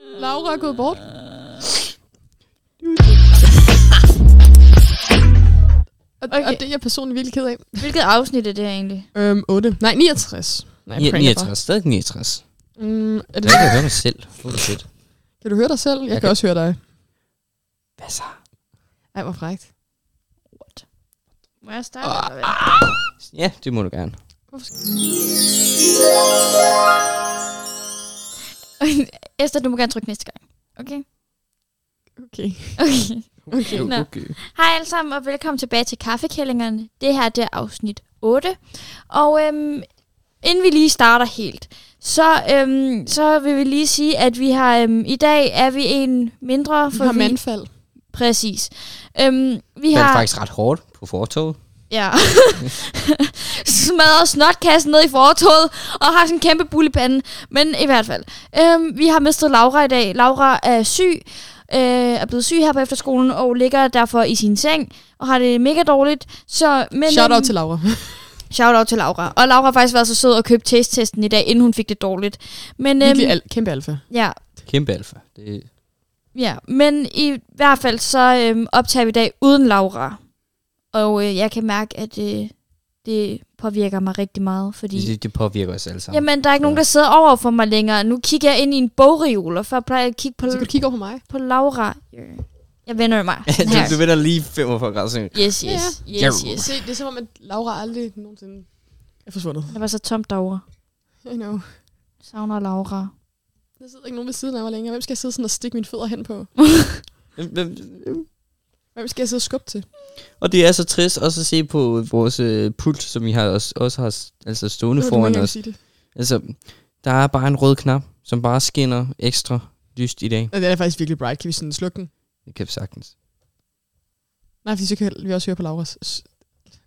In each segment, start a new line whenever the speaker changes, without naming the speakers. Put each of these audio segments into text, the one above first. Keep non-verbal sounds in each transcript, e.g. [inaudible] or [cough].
Laura er gået bort. Og, okay.
Okay.
og det er jeg personligt virkelig ked af.
Hvilket afsnit er det her egentlig?
Øhm, 8. Nej, 69. Nej, jeg
Ni-
pranker
69, stadig 69.
bare. Mm, er det,
Jeg kan høre mig selv. Fuck shit.
kan du høre dig selv? Jeg, jeg kan,
kan-
også høre dig.
Hvad så?
Ej, hvor frækt.
Må jeg starte? Eller hvad? [laughs]
Ja, det må du gerne.
Hvorfor skal-
Esther, du må gerne trykke næste gang. Okay?
Okay.
Okay.
[laughs] okay.
Nå.
okay.
Hej alle sammen, og velkommen tilbage til Kaffekællingerne. Det her det er afsnit 8. Og øhm, inden vi lige starter helt, så, øhm, så vil vi lige sige, at vi har øhm, i dag er vi en mindre,
Vi
for
har
vi,
mandfald.
præcis. Øhm, vi
Det er
har
faktisk ret hårdt på fortoget.
ja, [laughs] smadret snotkassen ned i fortoget og har sådan en kæmpe bul i panden. Men i hvert fald, øhm, vi har mistet Laura i dag. Laura er syg, øh, er blevet syg her på efterskolen og ligger derfor i sin seng og har det mega dårligt. Så, men,
Shout out
øhm,
til Laura.
Shout out til Laura. Og Laura har faktisk været så sød at købe taste-testen i dag, inden hun fik det dårligt. Men, øhm,
Virkelig al- kæmpe alfa.
ja,
Kæmpe alfa. Det,
ja, men i hvert fald så øhm, optager vi i dag uden Laura. Og øh, jeg kan mærke, at øh, det påvirker mig rigtig meget, fordi...
det, det påvirker os alle sammen.
Jamen, der er ikke nogen, der sidder over for mig længere. Nu kigger jeg ind i en bogreol, og før plejede jeg at kigge på,
Så kan du kigge over på mig.
på Laura. Jeg vender mig.
[laughs] [laughs] Ja,
Sådan
du,
her.
du vender lige 45 grader. sådan.
Yes,
Ja,
yes,
ja.
yes,
Ja.
yes.
Se, det er som om, at Laura aldrig nogensinde er forsvundet.
Det var så tomt derovre.
I know.
Savner Laura.
Der sidder ikke nogen ved siden af mig længere. Hvem skal jeg sidde sådan og stikke mine fødder hen på?
Hvem- hvem-
Hvem skal jeg sidde og skubbe til?
Og det er så trist også at se på vores øh, pult, som vi har også, også har s- altså stående
ved du,
foran
ikke, om jeg
os.
kan sige det.
Altså, der er bare en rød knap, som bare skinner ekstra lyst i dag.
Nej, den er faktisk virkelig bright. Kan vi sådan slukke den?
Det kan vi sagtens.
Nej, fordi så kan vi også høre på Lauras. S-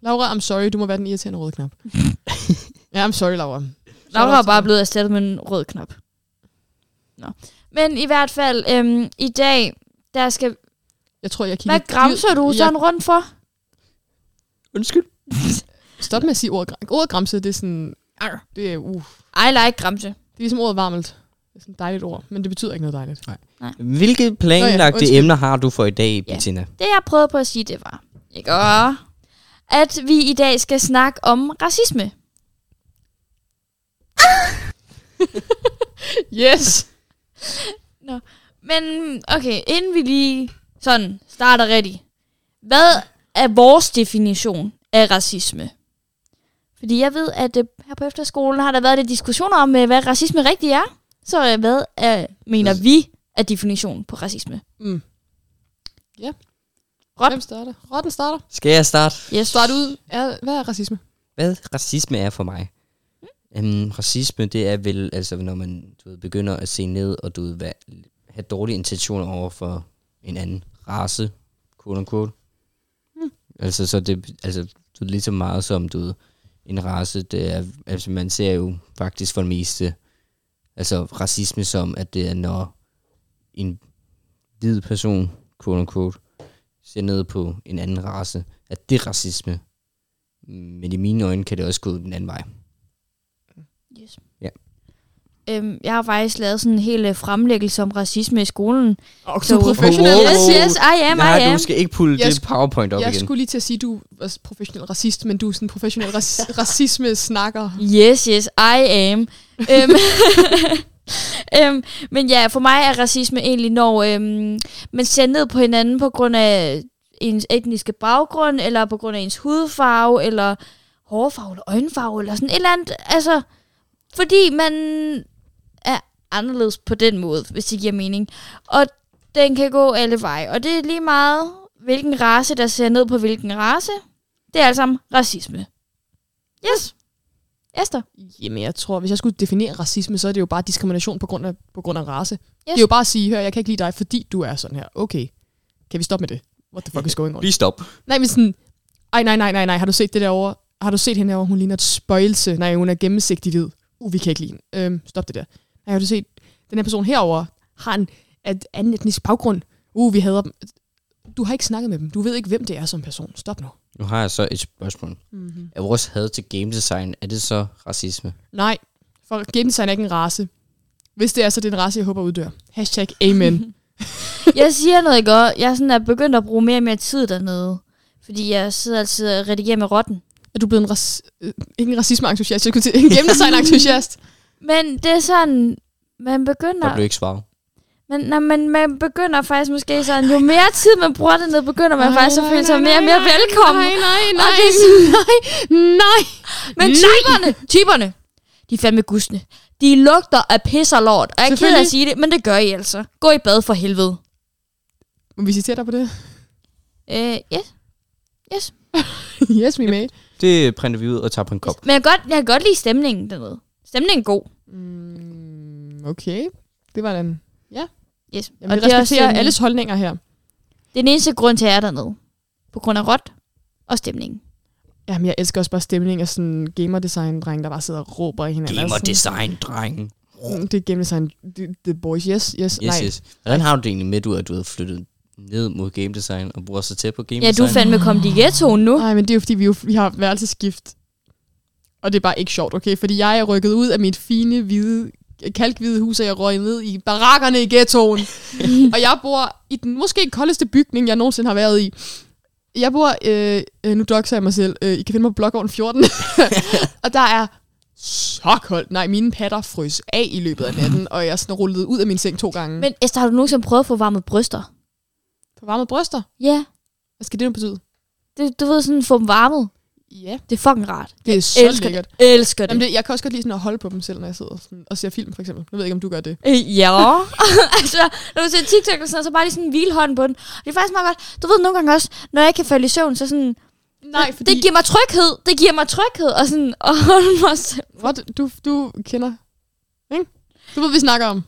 Laura, I'm sorry. Du må være den irriterende røde
[laughs]
knap. ja, I'm sorry, Laura.
Laura er bare blevet erstattet med en rød knap. Nå. Men i hvert fald, øhm, i dag, der skal...
Jeg tror, jeg kigger...
Hvad græmser du sådan rundt for?
Undskyld.
Stop med at sige ordet græmse. Ordet græmse, det er sådan... Arr, det er, uh,
Ej, nej, ikke græmse.
det er ligesom ordet varmelt. Det er sådan et dejligt ord, men det betyder ikke noget dejligt.
Hvilke planlagte
undskyld.
ja, emner har du for i dag,
Ja.
ja. Bettina?
Det, jeg prøvede på at sige, det var... Ikke? Og, at vi i dag skal snakke om racisme. Ah! [laughs]
Yes!
Men okay, inden vi lige sådan starter rigtigt. Hvad er vores definition af racisme? Fordi jeg ved, at øh, her på efterskolen har der været lidt diskussioner om, øh, hvad racisme rigtig er. Så øh, hvad er, mener vi er definitionen på racisme?
Mm. Ja.
Rot.
Hvem starter? Rotten starter.
Skal jeg starte?
Jeg
Start ud. Er, hvad er racisme?
Hvad racisme er for mig? Øhm, racisme, det er vel, altså, når man du ved, begynder at se ned, og du ved, hvad, have dårlige intentioner over for en anden race, quote unquote. Mm. Altså, så det, altså, du ved, lige så meget som, du ved, en race, det er, altså, man ser jo faktisk for det meste, altså, racisme som, at det er, når en hvid person, quote unquote, ser ned på en anden race, at det er racisme. Men i mine øjne kan det også gå den anden vej.
Yes.
Ja.
Øhm, jeg har faktisk lavet sådan en hel øh, fremlæggelse om racisme i skolen.
Og
Så-
du er professionel.
Wow.
Yes, yes, I am,
Nej,
I am.
du skal ikke pulle
Jeg
det
sk-
powerpoint op
Jeg
igen.
skulle lige til at sige, at du var professionel racist, men du er sådan en professionel
[laughs]
rac- racisme-snakker.
Yes, yes, I am. øhm, [laughs] øhm, men ja, for mig er racisme egentlig, når øhm, man ser ned på hinanden på grund af ens etniske baggrund, eller på grund af ens hudfarve, eller hårfarve, eller øjenfarve, eller sådan et eller andet. Altså, fordi man er anderledes på den måde, hvis det giver mening. Og den kan gå alle veje. Og det er lige meget, hvilken race, der ser ned på hvilken race. Det er alt sammen racisme. Yes. Esther.
Jamen, jeg tror, hvis jeg skulle definere racisme, så er det jo bare diskrimination på grund af, på grund af race. Yes. Det
Yes.
er jo bare at sige, hør, jeg kan ikke lide dig, fordi du er sådan her. Okay, kan vi stoppe med det? What the fuck is going on?
Lige stop.
Nej, men sådan, ej, nej, nej, nej, nej, har du set det derovre? Har du set hende herovre? Hun ligner et spøjelse. Nej, hun er gennemsigtig hvid. Uh, vi kan ikke lide hende. Øhm, stop det der. Nej, har du set, den her person herover har en et anden etnisk baggrund. Uh, vi hader dem. Du har ikke snakket med dem. Du ved ikke, hvem det er som person. Stop nu.
Nu har jeg så et spørgsmål.
Mm-hmm.
Er vores had til game design, er det så racisme?
Nej, for game design er ikke en race. Hvis det er, så det er en race, jeg håber uddør. Hashtag amen.
Jeg siger noget, ikke? også? Jeg er sådan er begyndt at bruge mere og mere tid dernede. Fordi jeg sidder altid og redigerer med rotten.
er du blevet en ras- øh, ikke en racisme-entusiast, jeg skulle
[laughs]
til en gennemdesign-entusiast?
Men det er sådan, man begynder...
Og du ikke svarer.
Men, nej, men man begynder faktisk måske sådan, jo mere tid man bruger dernede, begynder man faktisk at føle sig mere og mere velkommen.
Nej, nej,
Og
nej,
det er
nej, nej.
Men
Nej.
typerne, typerne, de er fandme gusne. De lugter af pis og lort, og jeg er ked af at
Selvfølgelig.
sige det, men det gør I altså. Gå i bad for helvede.
Må vi citere dig på det? [laughs]
Øh, yes.
yes, we may.
Det printer vi ud og tager på en kop.
Men jeg kan, godt, jeg kan godt lide stemningen dernede. Stemningen er god.
Mm, okay, det var den.
Yes.
Jamen, vi
det er også
respekterer
sådan-
alles holdninger her.
Det er den eneste grund til, at jeg er dernede. På grund af rot og stemningen.
Jamen, jeg elsker også bare stemning af sådan gamer-design-dreng, der bare sidder og råber i hinanden.
Gamer
Sådan-
design, dreng.
Mm, Det er gamer-design. The, the boys, yes, yes.
Yes,
nej.
yes. Hvordan har du det egentlig med, du, at du har flyttet ned mod game design og bruger så tæt på game
Ja, du er
design?
fandme kommet i ghettoen
[laughs]
nu.
Nej, men det er jo fordi, vi, jo, vi har værelsesskift. Og det er bare ikke sjovt, okay? Fordi jeg er rykket ud af mit fine, hvide, kalkhvide hus, og jeg røg ned i barakkerne i [laughs] ghettoen. og jeg bor i den måske koldeste bygning, jeg nogensinde har været i. Jeg bor, øh, øh, nu doxer jeg mig selv, øh, I kan finde mig på Blågården [laughs] 14. og der er så koldt. Nej, mine patter frøs af i løbet af natten, og jeg sådan rullede ud af min seng to gange. Men...
Men Esther, har du nogensinde prøvet at få varmet bryster?
På varmet bryster?
Ja.
Hvad skal det nu betyde?
Det, du ved sådan, få dem varmet.
Ja,
Det er fucking rart.
det er så
elsker
lækkert.
Det. Elsker det.
Jamen det, jeg kan også godt lide sådan at holde på dem selv, når jeg sidder sådan, og ser film, for eksempel. Jeg ved ikke, om du gør det.
Øh, ja. [laughs] altså, når du ser TikTok eller sådan noget, så bare lige sådan hvile hånden på den. Og det er faktisk meget godt. Du ved nogle gange også, når jeg kan falde i søvn, så sådan...
Nej, fordi...
Det giver mig tryghed. Det giver mig tryghed. Og sådan... [laughs] Og holde mig selv.
What? Du, du kender... Ikke? Du ved, hvad vi snakker om.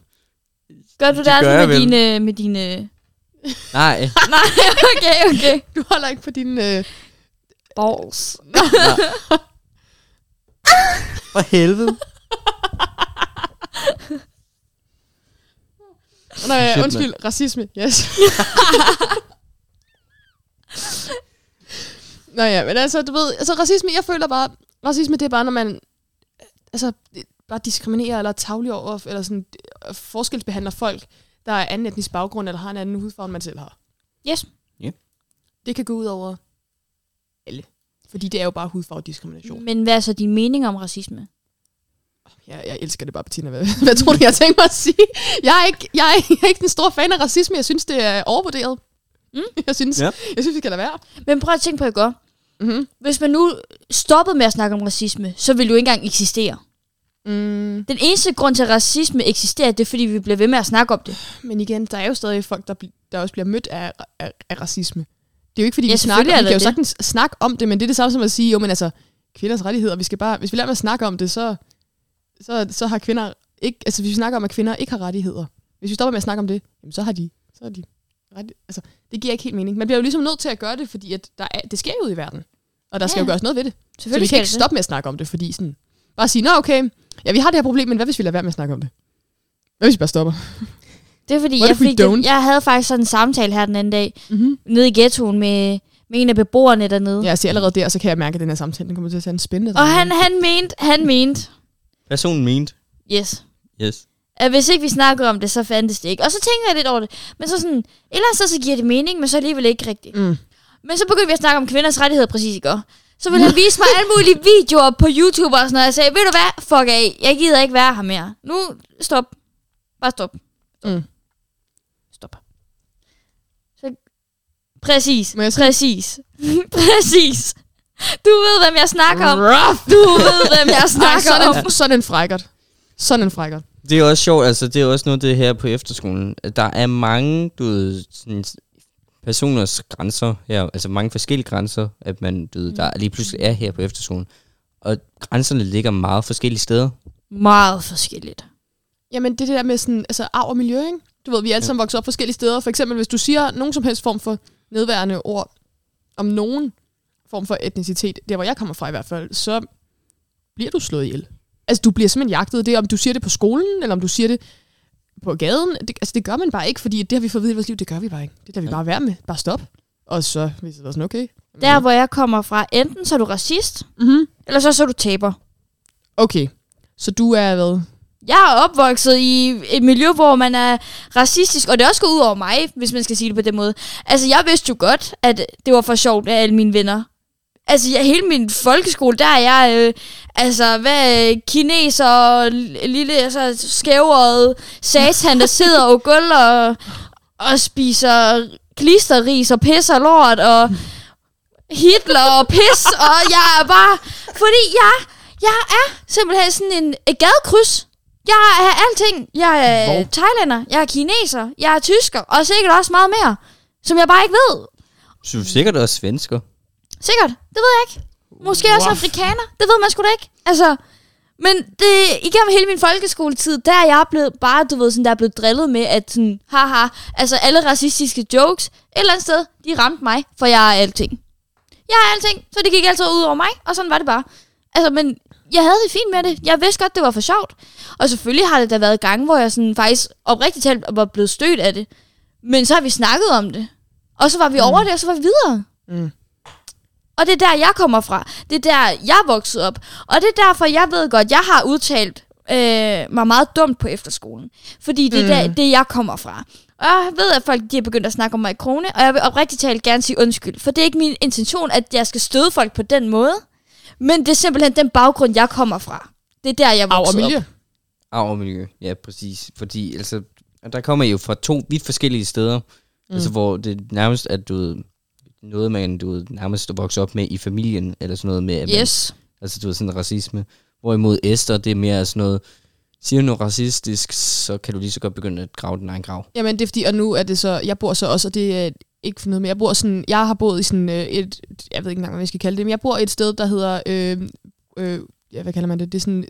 Gør du det,
Det gør
altså
jeg
med
vel.
dine, med dine... [laughs]
Nej,
Nej, okay, okay.
Du holder ikke på din... Øh...
Balls.
for helvede.
Nej,
mand.
undskyld. Racisme. Yes. Nå ja, men altså, du ved... Altså, racisme, jeg føler bare... Racisme, det er bare, når man... Altså, det- bare diskriminerer eller tavler over, eller sådan øh, forskelsbehandler folk, der er anden etnisk baggrund, eller har en anden hudfarve, end man selv har.
Yes.
Det kan gå ud over alle. Fordi det er jo bare hudfarvediskrimination.
Men hvad er så din mening om racisme?
Jeg, jeg elsker det bare, Bettina. Hvad, [laughs] hvad tror du, jeg tænker mig at sige? Jeg er, ikke, jeg, er, ikke- jeg er ikke den store fan af racisme. Jeg synes, det er overvurderet.
Mm.
Jeg synes,
Ja.
ja. jeg synes det kan da være.
Men prøv at tænke på i går.
Mm-hmm.
Hvis man nu stoppede med at snakke om racisme, så ville du ikke engang eksistere.
Mm.
Den eneste grund til, at racisme eksisterer, det er, fordi vi bliver ved med at snakke om det.
Men igen, der er jo stadig folk, der, bl- der også bliver mødt af, af, af racisme. Det er jo ikke, fordi
Ja,
vi
selvfølgelig
snakker
er
om, vi
der
kan jo
det.
sagtens snakke om det, men det er det samme som at sige, jo, men altså, kvinders rettigheder, vi skal bare, hvis vi lader med at snakke om det, så, så, så har kvinder ikke, altså hvis vi snakker om, at kvinder ikke har rettigheder, hvis vi stopper med at snakke om det, jamen, så har de, så har de ret, altså, det giver ikke helt mening. Man bliver jo ligesom nødt til at gøre det, fordi at der er, det sker jo ude i verden, og der skal
Ja.
jo gøres noget ved det. Så vi
Selvfølgelig
kan ikke
skal det.
stoppe med at snakke om det, fordi sådan, bare sige, nå okay, ja, vi har det her problem, men hvad hvis vi lader være med at snakke om det? Hvad hvis vi bare stopper?
Det er fordi,
What
jeg,
if we
fik det,
don't?
jeg havde faktisk sådan en samtale her den anden dag,
Mm-hmm.
nede i ghettoen med, med en af beboerne dernede.
Ja, altså allerede der, så kan jeg mærke, at den her samtale den kommer til at tage en spændende
Og
drejning.
han, han mente, han mente,
Personen mente.
yes,
Yes.
at hvis ikke vi snakkede om det, så fandtes det ikke. Og så tænker jeg lidt over det. Men så sådan, ellers så, så giver det mening, men så alligevel ikke rigtigt.
Mm.
Men så begyndte vi at snakke om kvinders rettigheder præcis i går. Så ville han vise mig alle mulige videoer på YouTube og sådan noget. Jeg sagde, ved du hvad, fuck af, jeg gider ikke være her mere. Nu, stop. Bare stop. Stop.
Mm.
Stop. Så, præcis,
Må jeg sige-
præcis, [laughs] præcis. Du ved, hvem jeg snakker om.
Rough!
Du ved, hvem jeg
[laughs] Ej,
snakker
sådan,
om.
en, sådan en frækkert. Sådan en frækkert.
Det er også sjovt, altså det er også noget af det her på efterskolen. Der er mange, du ved, sådan, personers grænser her, altså mange forskellige grænser, at man, du ved, der lige pludselig er her på efterskolen. Og grænserne ligger meget forskellige steder.
Meget forskelligt.
Jamen, det er det der med sådan, altså, arv og miljø, ikke? Du ved, vi er alle sammen vokset op forskellige steder. For eksempel, hvis du siger nogen som helst form for nedværende ord om nogen form for etnicitet, der hvor jeg kommer fra i hvert fald, så bliver du slået ihjel. Altså, du bliver simpelthen jagtet. Det er, om du siger det på skolen, eller om du siger det på gaden. Det, altså, det gør man bare ikke, fordi det har vi fået at vide i vores liv. Det gør vi bare ikke. Det der vi bare være med. Bare stop. Og så hvis det var sådan, okay.
Der, hvor jeg kommer fra, enten så er du racist,
Mm-hmm.
eller så, så er du taber.
Okay, så du er hvad?
jeg er opvokset i et miljø, hvor man er racistisk, og det er også gået ud over mig, hvis man skal sige det på den måde. Altså, jeg vidste jo godt, at det var for sjovt af alle mine venner. Altså, jeg, hele min folkeskole, der er jeg, øh, altså, hvad, øh, kineser, og l- lille, altså, skæveret satan, der sidder og gulv og, og spiser klisterris og pisser lort, og Hitler og pis, og jeg er bare, fordi jeg, jeg er simpelthen sådan en et gadekryds. Jeg er alting. Jeg er
Hvor?
thailander, jeg er kineser, jeg er tysker, og sikkert også meget mere, som jeg bare ikke ved.
Så du er sikkert også svensker.
Sikkert, det ved jeg ikke. Måske også
Wow.
afrikaner, det ved man sgu da ikke. Altså, men det, igennem hele min folkeskoletid, der er jeg blevet, bare, du ved, sådan, der er blevet drillet med, at sådan, haha, altså alle racistiske jokes, et eller andet sted, de ramte mig, for jeg er alting. Jeg er alting, så det gik altid ud over mig, og sådan var det bare. Altså, men jeg havde det fint med det. Jeg vidste godt, det var for sjovt. Og selvfølgelig har det da været gange, hvor jeg sådan faktisk oprigtigt talt var blevet stødt af det. Men så har vi snakket om det. Og så var vi mm. over det, og så var vi videre.
Mm.
Og det er der, jeg kommer fra. Det er der, jeg er vokset op. Og det er derfor, jeg ved godt, jeg har udtalt øh, mig meget dumt på efterskolen. Fordi det er mm. der, det, jeg kommer fra. Og jeg ved, at folk de er begyndt at snakke om mig i krone, og jeg vil oprigtigt talt gerne sige undskyld. For det er ikke min intention, at jeg skal støde folk på den måde. Men det er simpelthen den baggrund, jeg kommer fra. Det er der, jeg
Au og
voksede op.
miljø.
Arv og miljø, ja præcis. Fordi altså, der kommer I jo fra to vidt forskellige steder, mm. altså, hvor det nærmest er du ved, noget, man du ved, nærmest er vokset op med i familien, eller sådan noget med, at man,
Yes.
altså du ved, sådan racisme. Hvorimod Esther, det er mere sådan noget, siger du noget racistisk, så kan du lige så godt begynde at grave din egen grav.
Jamen, det er fordi, og nu er det så, jeg bor så også, og det er ikke for noget, men jeg bor sådan, jeg har boet i sådan øh, et, jeg ved ikke engang, hvad jeg skal kalde det, men jeg bor et sted, der hedder, øh, øh, ja, hvad kalder man det, det er sådan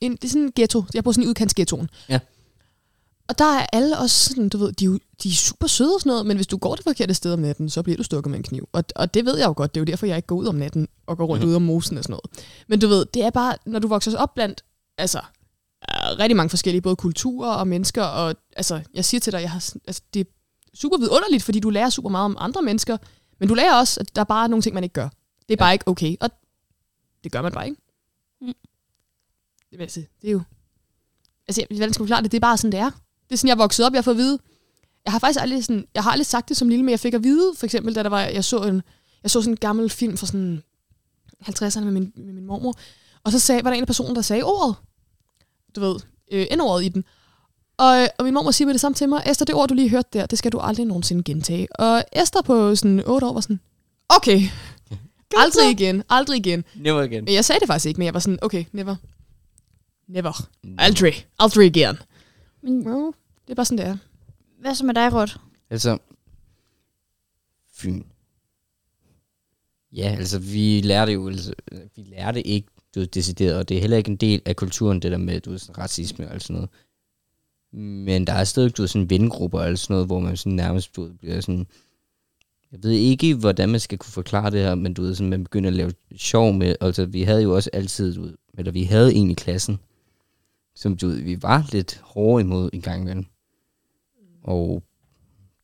en, det er sådan en ghetto, jeg bor sådan i udkantsghettoen.
Ja.
Og der er alle også sådan, du ved, de, er jo- de er super søde og sådan noget, men hvis du går det forkerte sted om natten, så bliver du stukket med en kniv. Og, og det ved jeg jo godt, det er jo derfor, jeg ikke går ud om natten og går rundt
Mhm.
ude om mosen og sådan noget. Men du ved, det er bare, når du vokser op blandt, altså, øh, rigtig mange forskellige, både kulturer og mennesker, og altså, jeg siger til dig, jeg har, sådan- altså, det er super vidunderligt, fordi du lærer super meget om andre mennesker, men du lærer også, at der er bare nogle ting, man ikke gør. Det er
Ja.
bare ikke okay, og det gør man bare ikke.
Mm.
Det, vil jeg sige. det er jo... Altså, jeg- hvordan skal jeg forklare det? Det er bare sådan, det er. Det er sådan, jeg er vokset op, jeg har fået at vide. Jeg har faktisk aldrig, sådan, jeg har aldrig sagt det som lille, men jeg fik at vide, for eksempel, da der var, jeg så en, jeg så sådan en gammel film fra sådan 50'erne med min, med min mormor, og så sagde, var der en af personerne, der sagde ordet. Du ved, øh, endordet i den. Og, øh, og min mormor siger med det samme til mig, Esther, det ord, du lige hørte der, det skal du aldrig nogensinde gentage. Og Esther på sådan 8 år var sådan, okay, aldrig igen, aldrig igen.
Never again.
Men jeg sagde det faktisk ikke, men jeg var sådan, okay, never. Never. Aldrig. Aldrig igen.
Men
Well, det er bare sådan, det er.
hvad så med dig, Rot?
Altså, Fyn. Ja, altså vi lærte jo, altså, vi lærte ikke, du ved, decideret, og det er heller ikke en del af kulturen, det der med, du ved, sådan, racisme og alt sådan noget. Men der er stadig, du ved, sådan vennegrupper og alt sådan noget, hvor man sådan nærmest, du ved, bliver sådan, jeg ved ikke, hvordan man skal kunne forklare det her, men du ved, sådan, man begynder at lave sjov med, altså vi havde jo også altid, du ved, eller vi havde en i klassen, som du ved, vi var lidt hårde imod en gang imellem. Og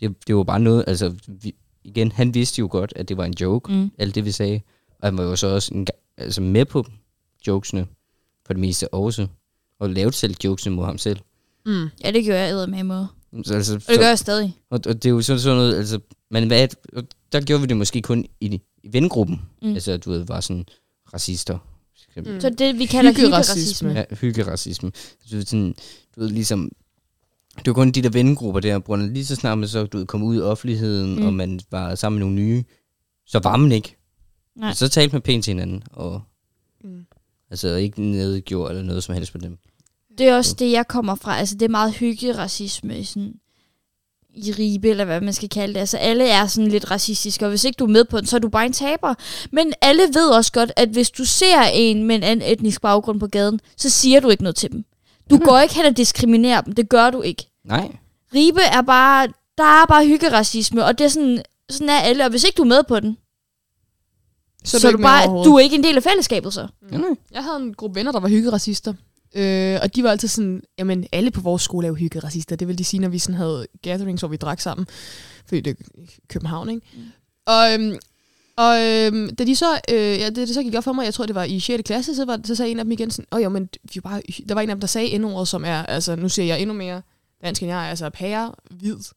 det, det var bare noget, altså vi, igen, han vidste jo godt, at det var en joke,
Mm.
mm. alt det vi sagde, og han var jo så også en, ga- altså med på jokesene, for det meste også, og lavede selv jokesene mod ham selv.
Mm.
Ja, det gjorde jeg æder med måde.
Så, altså,
Og det
så,
gør jeg stadig.
og, og det er jo sådan, sådan noget, altså, men hvad, og der gjorde vi det måske kun i, i vengruppen,
Mm.
mm. altså du ved, var sådan racister, mm.
Mm.
Så det, vi kalder
Hyggeracisme.
hyggeracisme.
Ja, hyggeracisme. Du ved, sådan, du ved ligesom, det var kun de der vennegrupper der, på grund af lige så snart man så du ved, kom ud i offentligheden,
Mm.
mm. og man var sammen med nogle nye, så var man ikke.
Nej.
Og så talte man pænt til hinanden, og
Mm.
altså ikke nedgjorde eller noget som helst på dem.
Det er også det, jeg kommer fra. Altså, det er meget hyggeracisme i sådan i ribe, eller hvad man skal kalde det. Altså, alle er sådan lidt racistiske, og hvis ikke du er med på den, så er du bare en taber. Men alle ved også godt, at hvis du ser en med en anden etnisk baggrund på gaden, så siger du ikke noget til dem. Du går ikke hen og diskriminerer dem. Det gør du ikke.
Nej,
Ribe er bare, der er bare hyggeracisme, og det er sådan, sådan er alle. Og hvis ikke du er med på den, så, så er
ikke
du
med
bare,
overhovedet.
du er ikke en del af fællesskabet så.
Mm.
ja, nej.
Jeg havde en gruppe venner, der var hyggeracister. Øh, og de var altid sådan, jamen alle på vores skole er jo hyggeracister. Det ville de sige, når vi sådan havde gatherings, hvor vi drak sammen. Fordi det er København, ikke? Mm. Og, øhm, Og øhm, da de så, øh, ja, det, det så gik op for mig, jeg tror det var i 6. klasse, så, var, så sagde en af dem igen sådan, åh jo, men vi er bare, der var en af dem, der sagde endordet, som er, altså nu siger jeg endnu mere dansk end jeg, er, altså pære, hvid, som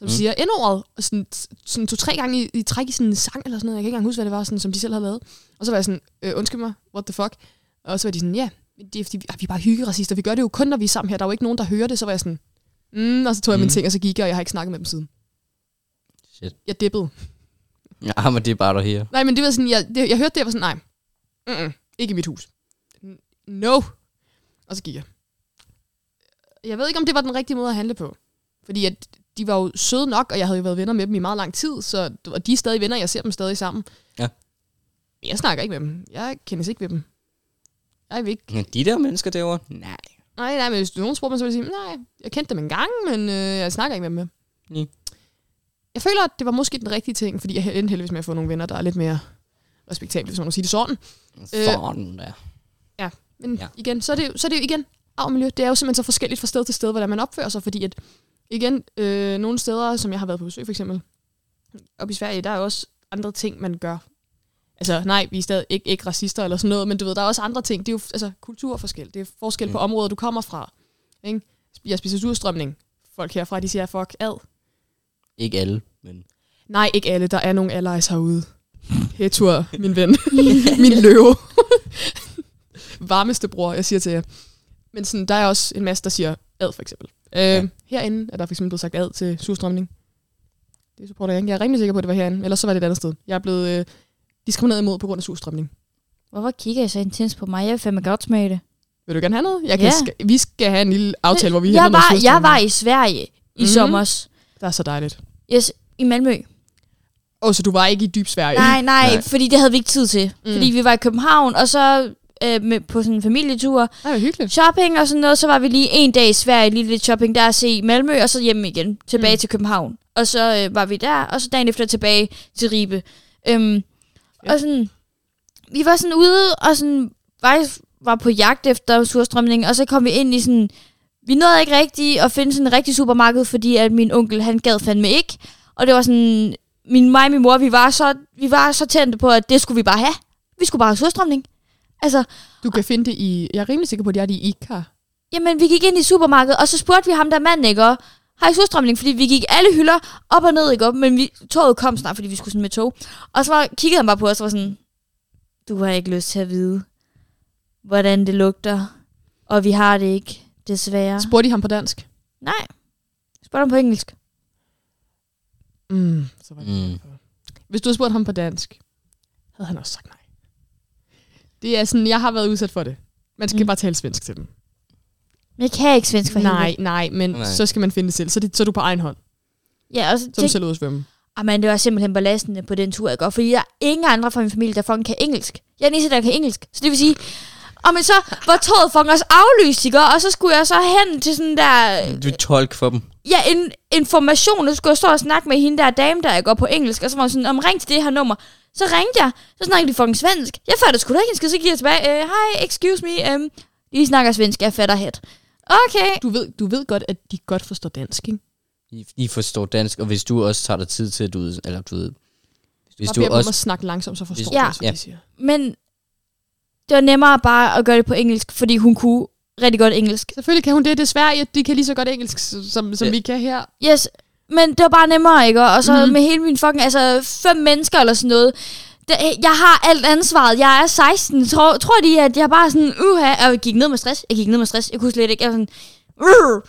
Mm.
mm. siger endordet, og sådan, sådan to-tre gange i, i, træk i sådan en sang eller sådan noget, jeg kan ikke engang huske, hvad det var, sådan, som de selv havde lavet. Og så var jeg sådan, øh, undskyld mig, what the fuck? Og så var de sådan, ja, men det er fordi, vi, ah, vi er bare hyggeracister, vi gør det jo kun, når vi er sammen her, der er jo ikke nogen, der hører det, så var jeg sådan, mm, og så tog jeg mm.
Mm.
mine ting, og så gik jeg, og jeg har ikke snakket med dem siden.
Shit.
Jeg dippede.
Ja, ah, men det er bare der her.
Nej, men det var sådan, jeg, det, jeg hørte det, jeg var sådan, nej, Mm-mm, ikke i mit hus. N- No. Og så gik jeg. Jeg ved ikke, om det var den rigtige måde at handle på. Fordi at de var jo søde nok, og jeg havde jo været venner med dem i meget lang tid, så, og de er stadig venner, jeg ser dem stadig sammen.
Ja.
Men jeg snakker ikke med dem. Jeg kendes ikke ved dem. Jeg vil ikke.
Men de der mennesker derovre? Nej.
Nej, nej, men hvis nogen spurgte mig, så ville jeg sige, nej, jeg kendte dem engang, men øh, jeg snakker ikke med dem.
Nej.
Jeg føler, at det var måske den rigtige ting, fordi jeg endte heldigvis med at få nogle venner, der er lidt mere respektable, hvis man må sige det sådan. Øh.
Sådan der.
Men
Ja.
ja. igen, så er, det, jo- så er det jo igen arvmiljø. Det er jo simpelthen så forskelligt fra sted til sted, hvordan man opfører sig, fordi at igen, øh, nogle steder, som jeg har været på besøg for eksempel, op i Sverige, der er jo også andre ting, man gør. Altså nej, vi er stadig ikke, ikke racister eller sådan noget, men du ved, der er også andre ting. Det er jo altså, kulturforskel. Det er forskel mm. på
Mm.
områder, du kommer fra. Ikke? Jeg spiser surstrømning. Folk herfra, de siger, fuck ad.
Ikke alle, men...
Nej, ikke alle. Der er nogle allies herude. Hetur, min ven. [laughs] min løve. [laughs] Varmeste bror, jeg siger til jer. Men sådan, der er også en masse, der siger ad, for eksempel. Øh,
Ja.
ja. Herinde er der for eksempel blevet sagt ad til surstrømning. Det supporter jeg ikke. Jeg er rimelig sikker på, at det var herinde. Ellers så var det et andet sted. Jeg er blevet øh, diskrimineret imod på grund af surstrømning.
Hvorfor kigger I så intens på mig? Jeg vil fandme godt smage det.
Vil du gerne have noget? Jeg kan
Ja.
sk- vi skal have en lille aftale, hvor vi
jeg
henter noget
var, jeg
surstrømning.
var i Sverige i
Mhm.
sommers.
Det er så dejligt.
Yes, i Malmø.
Og så du var ikke i dyb Sverige?
Nej, nej,
Nej.
nej, fordi det havde vi ikke tid til.
Mm.
Mm. Fordi vi var i København, og så øh, med, på sådan en familietur.
Nej, hvor hyggeligt.
Shopping og sådan noget, så var vi lige en dag i Sverige, lige lidt shopping der at se i Malmø, og så hjem igen, tilbage
Mm.
mm. til København. Og så øh, var vi der, og så dagen efter tilbage til Ribe. Øhm,
Ja.
Og sådan, vi var sådan ude, og sådan, faktisk var på jagt efter surstrømning, og så kom vi ind i sådan, vi nåede ikke rigtigt at finde sådan en rigtig supermarked, fordi at min onkel, han gad fandme ikke. Og det var sådan, min, mig og min mor, vi var så, vi var så tændte på, at det skulle vi bare have. Vi skulle bare have surstrømning. Altså,
Du kan finde det i... Jeg er rimelig sikker på, at det er det i Ikar.
Jamen, vi gik ind i supermarkedet, og så spurgte vi ham der manden, ikke? Og, Har I surstrømning? Fordi vi gik alle hylder op og ned, ikke? Og- Men vi, toget kom snart, fordi vi skulle sådan med tog. Og så var, kiggede han bare på os og var sådan, du har ikke lyst til at vide, hvordan det lugter. Og vi har det ikke, desværre.
Spurgte I ham på dansk?
Nej, spurgte ham på engelsk.
Mm, så var det.
Mm.
Hvis du havde spurgt ham på dansk, havde han også sagt nej. Det er sådan, jeg har været udsat for det. Man skal mm.
Mm.
bare tale svensk til dem.
Men jeg kan ikke svensk for
Nej,
helvede.
nej, men
Nej.
nej. så skal man finde det selv. Så, det, så er du på egen hånd,
Ja, og
så
så
er du
tænkte,
selv ude at svømme.
ah, man, det var simpelthen belastende på den tur, ikke? Og fordi der er ingen andre fra min familie, der fucking kan engelsk. Jeg er den eneste, der kan engelsk. Så det vil sige, og men så var toget fucking også aflyst, ikke? Og så skulle jeg så hen til sådan der...
Du
Øh.
tolk for dem.
Ja, en information, så skulle jeg stå og snakke med hende der dame, der jeg går på engelsk, og så var hun sådan, om ring til det her nummer. Så ringte jeg, så snakkede de fucking svensk. Jeg fatter sgu da ikke en skid, så gik jeg tilbage, Øh, hej, excuse me, um, de snakker svensk, jeg fatter het. Okay.
Du ved, du ved godt, at de godt forstår dansk, ikke?
I, I forstår dansk, og hvis du også tager dig tid til, at du... Eller du ved... Hvis
Bare
du
beder dem om
også...
at snakke langsomt, så forstår
Hvis-
du
Ja.
også, hvad de siger.
Men det var nemmere bare at gøre det på engelsk, fordi hun kunne rigtig godt engelsk.
Selvfølgelig kan hun det, det er Sverige. De kan lige så godt engelsk, s- som, som
Ja.
vi kan her.
Yes, men det var bare nemmere, ikke? Og så
Mhm.
mm-hmm. med hele min fucking, altså fem mennesker eller sådan noget. Der, jeg har alt ansvaret. Jeg er 16. Tror, tror de, at jeg bare sådan, uha, og jeg gik ned med stress. Jeg gik ned med stress. Jeg kunne slet ikke. Jeg var sådan, "Urgh,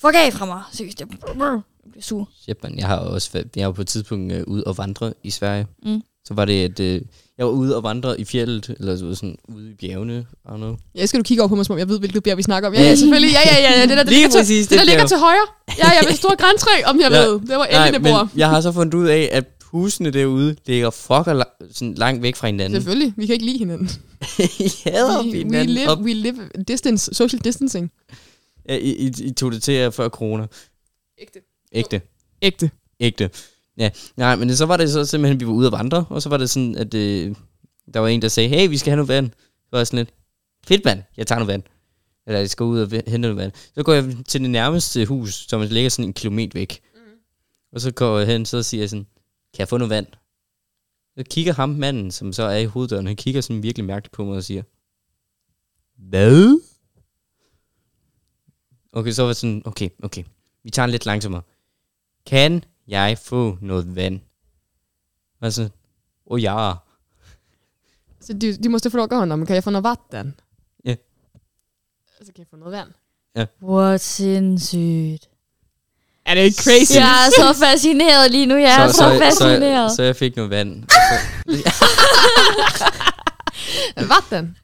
fuck af fra mig. Seriøst, jeg urgh, jeg blev sur.
Shit, man. Jeg har også været- jeg var på et tidspunkt øh, ude og vandre i Sverige.
Mm.
Så var det, at øh, jeg var ude og vandre i fjellet, eller så sådan ude i bjergene. I don't know.
Ja, skal du kigge over på mig, som om jeg ved, hvilket bjerg vi snakker om. Ja,
Ja.
ja selvfølgelig. Ja, ja, ja. ja. Det der, det
Lige
ligger til,
præcis,
det, der
det
ligger
bjerg.
til højre. Ja, ja, med store græntræ, om jeg
Ja.
ved. Det var endelig, det bor.
jeg har så fundet ud af, at husene derude ligger fucker la- sådan langt væk fra hinanden. [laughs]
Selvfølgelig. Vi kan ikke lide hinanden.
I hader
we, we,
Mm. hinanden.
live,
og
we live distance, social distancing.
Ja, I, I, I tog det til jer 40 kroner.
Ægte.
Ægte.
Ægte.
Ægte. Ja, nej, men så var det så simpelthen, vi var ude at vandre, og så var det sådan, at øh, der var en, der sagde, hey, vi skal have noget vand. Så var jeg sådan lidt, fedt mand, jeg tager noget vand. Eller jeg skal ud og ve- hente noget vand. Så går jeg til det nærmeste hus, som ligger sådan en kilometer væk. Mm. Og så går jeg hen, så siger jeg sådan, kan jeg få noget vand? Så kigger ham manden, som så er i hoveddøren, han kigger sådan virkelig mærkeligt på mig og siger, Hvad? Okay, så var jeg sådan, okay, okay. Vi tager den lidt langsommere. Kan jeg få noget vand? Og så, åh ja.
Så de, de måste fråga honom, kan jag få något vatten?
Ja.
Så kan jag få något vand.
What sindssygt.
Er det ikke crazy?
Jeg er så fascineret lige nu. Jeg er så, fascineret.
så, så jeg fik noget vand. Altså, Og så,
Vatten.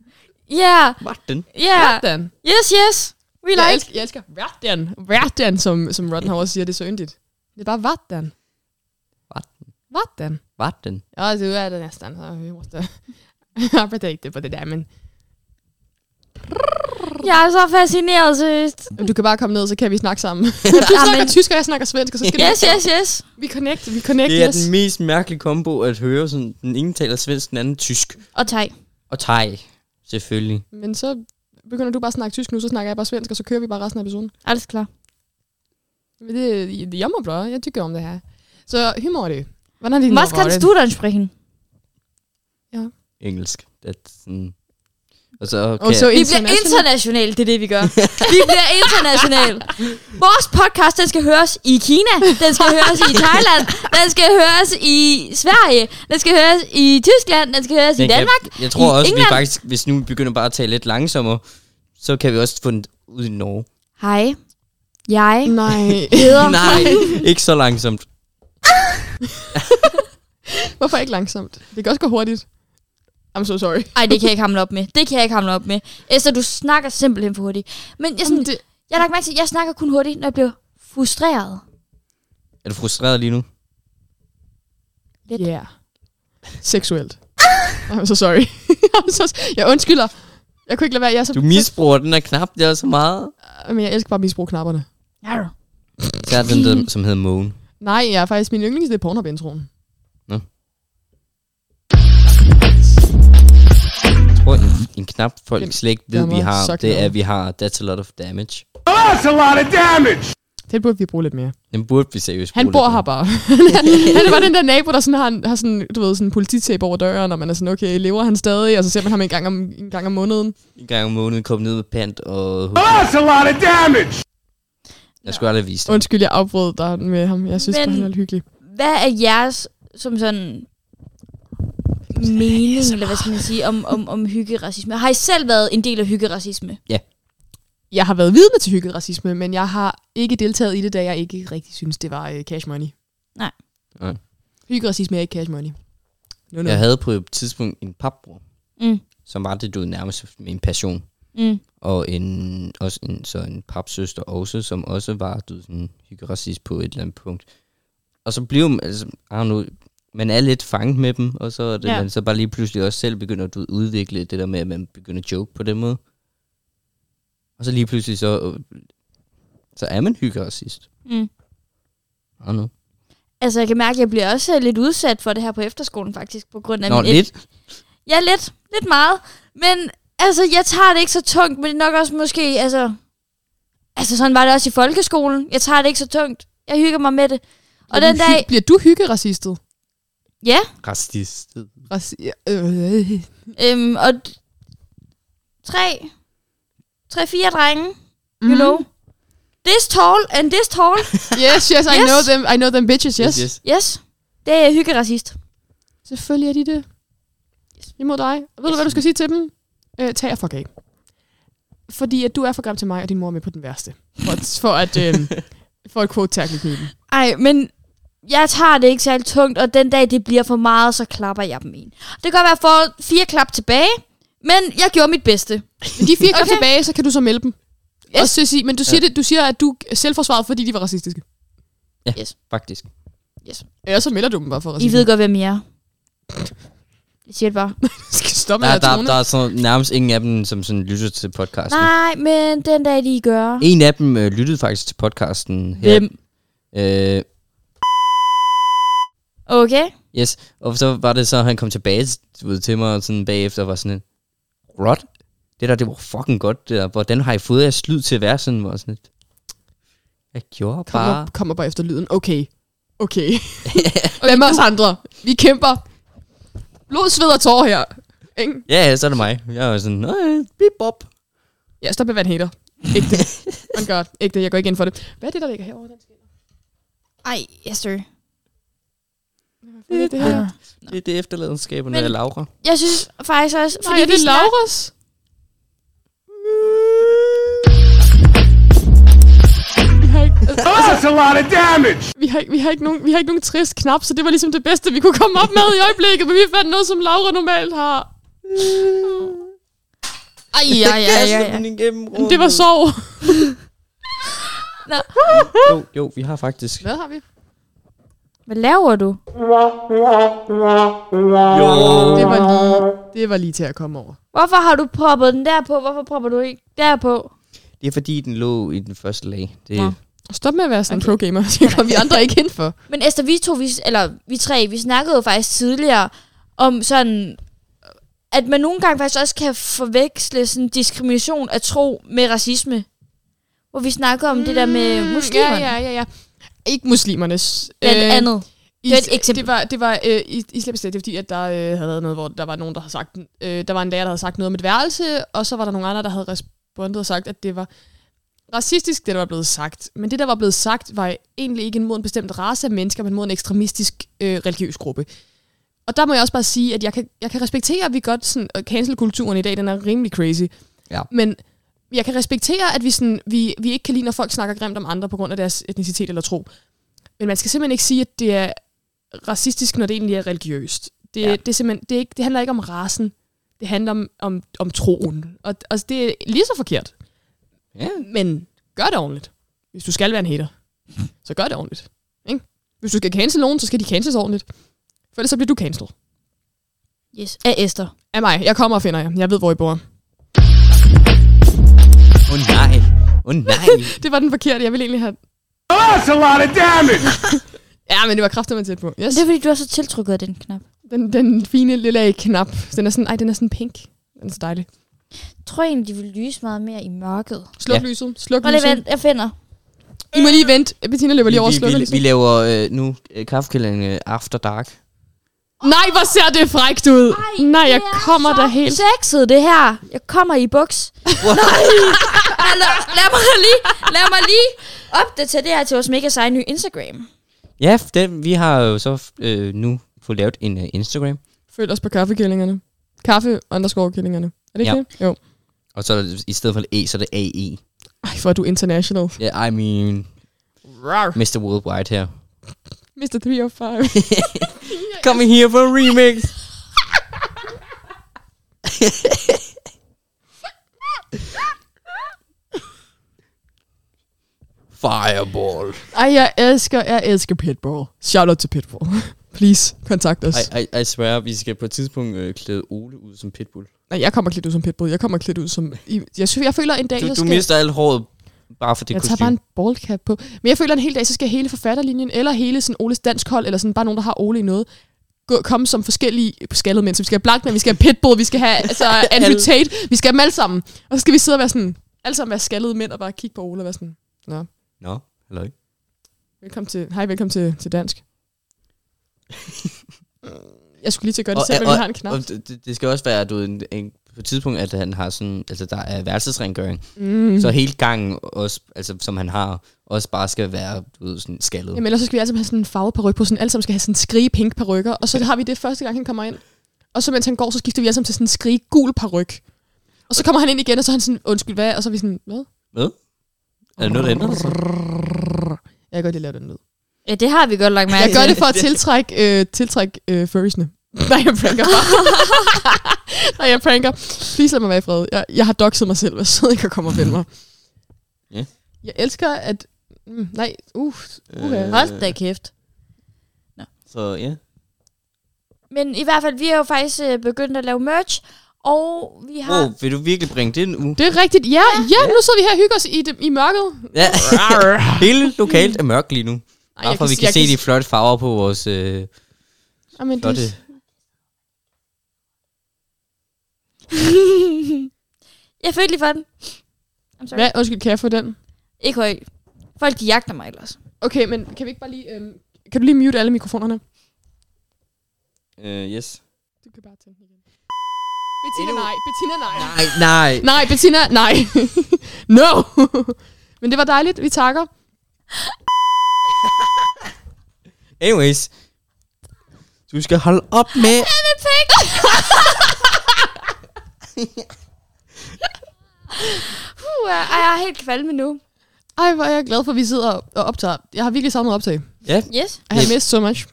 Ja,
Martin.
ja.
Vatten.
Yes, yes. We
Jeg
like.
elsker, jeg elsker vatten. Vatten, som, som Rottenhauer siger, det er så yndigt. Det er bare vatten.
Vatten.
Vatten.
Martin.
Ja, du är det nästan. Så vi [laughs] måste arbeta lite på det där. Men
Jeg er så fascineret, seriøst.
du kan bare komme ned, så kan vi snakke sammen. [laughs] Du snakker
Jamen.
tysk, og jeg snakker svensk, og så skal
Yes,
vi...
yes, yes.
Vi connect, vi connect,
Det er
yes.
den mest mærkelige kombo at høre. Sådan, den ene taler svensk, den anden tysk.
Og tag.
Og thai, selvfølgelig.
Men så begynder du bare at snakke tysk nu, så snakker jeg bare svensk, og så kører vi bare resten af episoden.
Alles klar.
Men det, jag mår bra, jag tycker om det här. Så hur mår du? Hvordan er din
Was kannst du dann sprechen?
Engelsk. That's, mm. Og så
Og
kan
så
så...
Vi bliver
international.
internationale, det er det, vi gør. Vi bliver internationale. Vores podcast, den skal høres i Kina, den skal høres i Thailand, den skal høres i Sverige, den skal høres i Tyskland, den skal høres i
jeg,
Danmark.
jeg tror
I
også,
England.
vi faktisk, hvis nu vi begynder bare at tale lidt langsommere, så kan vi også få den ud i Norge.
Hej, jeg
Nej,
hedder...
Nej, ikke så langsomt.
[laughs] hvorfor ikke langsomt? Det kan også gå hurtigt. I'm so sorry.
Ej, det kan jeg ikke hamle op med. Det kan jeg ikke hamle op med. Esther, du snakker simpelthen for hurtigt. Men jeg, sådan,
Jamen, det-
jeg har lagt mærke til, at jeg snakker kun hurtigt, når jeg bliver frustreret.
Er du frustreret lige nu?
Lidt.
Yeah. Seksuelt. I'm so sorry. [laughs] I'm so, jeg undskylder. Jeg kunne ikke lade være. Jeg er så,
Du misbruger den her knap der så meget.
så, men jeg elsker bare at misbruge knapperne.
Ja.
Så er den der, som hedder Moan.
Nej, jeg er faktisk min yndlings, det er Pornhub-introen.
Jeg tror, en, en knap, folk
Den-
slet ikke
den
ved, vi
var
har,
så
det er,
knap.
at vi har That's a lot of damage.
That's a lot of damage.
Det burde vi bruge lidt mere.
Den burde vi seriøst
Han
bruge
bor
lidt
her
mere.
bare. [laughs] han er bare den der nabo, der sådan har, en- har sådan, du ved, sådan en polititape over døren, og man er sådan, okay, lever han stadig? Og så ser man ham en gang om, en gang om måneden.
En gang om måneden kom ned med pant, og
That's a lot of damage.
jeg skulle aldrig vise det.
Undskyld, jeg afbrød dig med ham. Jeg synes, Men...
Men-
bare, han er lidt hyggelig.
Hvad er jeres som sådan mening, eller hvad skal man sige, om, om, om hyggeracisme? Har I selv været en del af hyggeracisme?
Jeg har været vidne til hygget racisme, men jeg har ikke deltaget i det, da jeg ikke rigtig synes, det var øh, cash money.
Nej.
Nej.
Hygget racisme er ikke cash money. No, no.
Jeg havde på et tidspunkt en papbror,
Mm.
som var det, du ved, nærmest min passion.
Mm.
Og en, også en, så en papsøster også, som også var du ved, sådan hyggeracist på et eller andet punkt. Og så blev man, altså, ah, nu, man er lidt fanget med dem, og så er det,
Ja.
ja. man så bare lige pludselig også selv begynder at du ved, udvikle det der med, at man begynder at joke på den måde. Og så lige pludselig så, øh, så er man hyggeracist.
Mm.
Ah, nu.
Altså, jeg kan mærke, at jeg bliver også lidt udsat for det her på efterskolen, faktisk, på grund af
Nå,
min et-
lidt.
Ja, lidt. Lidt meget. Men altså, jeg tager det ikke så tungt, men det er nok også måske, altså... Altså, sådan var det også i folkeskolen. Jeg tager det ikke så tungt. Jeg hygger mig med det. Og
Bliver
den
du hy-
dag...
Bliver du hyggeracistet?
Ja.
Racist.
Raci- øh, øh.
Øhm, og... d- Tre... Tre, fire drenge. Mm. You know. This tall and this [laughs] tall.
Mm-hmm. Yes, yes, I
Yes.
know them. I know them bitches, yes. yes, yes.
Yes. Det er hyggeracist.
Selvfølgelig er de det. Imod dig. Ved du, hvad du skal sige til dem? Øh, tag og fuck af. Fordi at du er for grim til mig, og din mor er med på den værste. For at, for at, [laughs] øh, for at quote tackle kniven.
Ej, men jeg tager det ikke særlig tungt, og den dag det bliver for meget, så klapper jeg dem en. Det kan godt være, at jeg får fire klap tilbage, men jeg gjorde mit bedste.
Men de fire okay.
Okay.
tilbage, så kan du så melde dem.
Yes.
Yes. Og så sige, men du siger, ja. det, du siger, at du selvforsvaret, fordi de var racistiske.
Faktisk.
Ellers så melder du dem bare for
I
racisme.
ved godt, hvem I er. Jeg siger det bare.
[laughs] skal stoppe
Der,
med at
der,
tone.
der er sådan nærmest ingen af dem, som sådan lytter til podcasten.
Nej, men den dag, de gør.
En af dem øh, lyttede faktisk til podcasten her. Øh,
Okay.
yes, og så var det så, at han kom tilbage du ved, til mig og sådan bagefter og var sådan en, Rot? Det der, det var fucking godt det der. Hvordan har I fået jeres lyd til at være sådan? Var sådan et, jeg gjorde
Kommer,
bare... [laughs]
kommer bare efter lyden. Okay. Okay. Hvem er os andre? Vi kæmper. Blod, sved og tårer her. Ikke?
Ja, ja, så er det mig. Jeg er jo sådan, nej, bip bop.
Ja, stop med at være en hater. Ikke [laughs] det. Man gør ikke det. Jeg går ikke ind for det. Hvad er det, der ligger herovre? Den skinner?
Ej, yes sir.
Hvad er det her?
Ja.
Det er det efterladenskaberne
Men-
af Laura.
Jeg synes faktisk også...
Nej, er
vi
det
snak-
Lauras? Vi har ikke, altså,
Oh, that's a lot of damage.
vi har, ikke- vi har ikke nogen, vi har ikke nogen trist knap, så det var ligesom det bedste, vi kunne komme op med i øjeblikket, men vi fandt noget, som Laura normalt har.
Ej, ja, ja, ja, ja.
Men det var sorg.
Jo, jo, vi har faktisk.
Hvad har vi?
Hvad laver du?
Jo.
Det var lige, det var lige til at komme over.
Hvorfor har du proppet den der på? Hvorfor propper du ikke der på?
Det er fordi, den lå i den første lag. Det,
Nå.
Stop med at være sådan en pro-gamer. Det går vi andre ikke ind for.
Men Esther, vi to, vi, eller vi tre, vi snakkede jo faktisk tidligere om sådan, at man nogle gange faktisk også kan forveksle sådan diskrimination af tro med racisme. Hvor vi snakker om mm, det der med muslimer.
Ja, ja, ja, ja. Ikke muslimernes.
Blandt
Øh,
andet.
Is-
Det var et eksempel.
Det var, det var øh, i- islamisk stat, det er fordi, at der øh, havde været noget, hvor der var nogen, der havde sagt, øh, der var en lærer, der havde sagt noget om et værelse, og så var der nogle andre, der havde respondet og sagt, at det var racistisk, det der var blevet sagt. Men det, der var blevet sagt, var egentlig ikke mod en bestemt race af mennesker, men mod en ekstremistisk øh, religiøs gruppe. Og der må jeg også bare sige, at jeg kan, jeg kan respektere, at vi godt sådan, og cancel-kulturen i dag, den er rimelig crazy.
Ja.
Men jeg kan respektere, at vi, sådan, vi, vi ikke kan lide, når folk snakker grimt om andre på grund af deres etnicitet eller tro. Men man skal simpelthen ikke sige, at det er racistisk, når det egentlig er religiøst. Det, ja.
Ja.
det, er simpelthen, det, er ikke, det handler ikke om rasen. Det handler om, om, om troen. Og, og det er lige så forkert.
ja.
Men gør det ordentligt. Hvis du skal være en hater, så gør det ordentligt. Ikke? Hvis du skal cancel nogen, så skal de cancels ordentligt. For ellers så bliver du cancelled.
Yes, af Esther.
Af mig. Jeg kommer og finder jer. Jeg ved, hvor I bor.
Åh oh, nej. Åh oh, nej.
Det var den forkerte. Jeg ville egentlig have...
Oh, that's a lot of damage.
Ja, men det var kraftigt, tæt på. Yes.
Det er fordi, du er så tiltrykket af den knap.
Den, den fine lille knap. Den er sådan, ej, den er sådan pink. Den er så dejlig.
Jeg tror egentlig, de vil lyse meget mere i mørket.
Sluk ja.
Ja.
lyset. Sluk
Prøv lige
lyset.
vent, jeg finder.
I må lige vente. Bettina løber lige over og
vi,
slukker
vi, vi
lyset.
laver øh, nu øh, kaffekælderen øh, After Dark.
Nej, hvor ser det frækt ud. Nej, jeg kommer der helt.
Sexet, det her. Jeg kommer i buks. [laughs] Nej. Ej, lad, lad, mig lige, lad mig lige opdatere det her til vores mega seje nye Instagram.
Ja, den, vi har jo så øh, nu fået lavet en øh, Instagram.
Følg os på kaffekillingerne. Kaffe underscore killingerne. Er det ikke
Ja.
det? Jo.
Og så er der, i stedet for et E, så er det AE.
Ej, hvor er du international. [laughs]
Yeah, I mean,
Rar.
Mr. Worldwide her.
Mr. 3 of 5.
Coming here for a remix. Fireball.
[laughs] Ej, jeg elsker, jeg elsker Pitbull. Shout out til Pitbull. Please, kontakt os.
I, I, I swear, vi skal på et tidspunkt øh, klæde Ole ud som pitbull.
Nej, jeg kommer klædt ud som Pitbull. Jeg kommer klædt ud som... I- Jeg, sy- jeg føler en dag,
Du,
jeg
du
skal...
mister alt håret bare for det
jeg tager
kostume.
bare en ballcap på. Men jeg føler en hel dag, så skal hele forfatterlinjen, eller hele sådan Oles dansk hold, eller sådan bare nogen, der har Ole i noget, gå, komme som forskellige skaldede mænd. Så vi skal have Blankman, vi skal have Pitbull, vi
[laughs]
skal have altså, Andrew
Alle.
Tate, vi skal have dem alle sammen. Og så skal vi sidde og være sådan, alle sammen være skaldede mænd og bare kigge på Ole og være sådan, nå,
Nå, halløj.
velkommen til, hej, velkommen til, til
[laughs]
dansk. Mm, jeg skulle lige til at gøre det
Og,
selv, men vi har en knap.
og, og det, det skal også være, du ved, en, en, på et tidspunkt, at han har sådan, altså der er værelsesrengøring,
Mm.
mm. så hele gangen, også, altså, som han har, også bare skal være, du ved, sådan skaldet.
Jamen ellers så skal vi alle sammen have sådan en farvet paryk på, sådan alle sammen skal have sådan en skrige pink parykker, og så har vi det første gang, han kommer ind. Og så mens han går, så skifter vi alle sammen til sådan en skrige gul paryk. Og så kommer han ind igen, og så er han sådan, undskyld hvad? Og så er vi sådan, hvad?
Hvad? Er der noget, der ændrer sig?
Jeg kan godt lide at lave den lyd.
Ja, det har vi godt lagt mærke
Jeg gør det
[laughs]
for at tiltrække, øh, tiltrække øh, furriesne. [laughs] Nej, jeg pranker
[laughs]
bare. Nej, jeg pranker. Please lad mig være i fred. Jeg, jeg har dokset mig selv. Hvad sidder ikke og kommer og vende mig?
Ja.
Jeg elsker, at... Mm, nej, uh, okay.
Øh.
Hold da kæft.
Så ja.
Men i hvert fald, vi har jo faktisk øh, begyndt at lave merch, og vi har...
Wow, vil du virkelig bringe det nu?
Det er rigtigt. Ja, ja, nu sidder vi her og hygger os i, det, i mørket.
Ja.
[laughs]
Hele lokalet er mørkt lige nu.
Ej,
Bare for at vi kan se de flotte farver på vores øh,
Jamen, det,
flotte...
[laughs] Jeg følte lige for den. I'm sorry.
Hvad? Undskyld, kan jeg få den?
Ikke højt. Folk, de jagter mig ellers.
Okay, men kan vi ikke bare lige... Øhm, kan du lige mute alle mikrofonerne?
Øh, yes.
Det Du kan bare tænde den igen. Bettina,
Endnu-
nej. Bettina, nej.
Nej, nej.
Nej, Bettina, nej. [laughs] no. [laughs] Men det var dejligt. Vi takker.
Anyways. Du skal holde op med...
I'm a pig! [laughs] Puh, ej, jeg er helt kvalme nu.
Ej, hvor er jeg glad for, at vi sidder og optager. Jeg har virkelig savnet optag.
Ja,
Yes.
I have
Yep.
missed so much.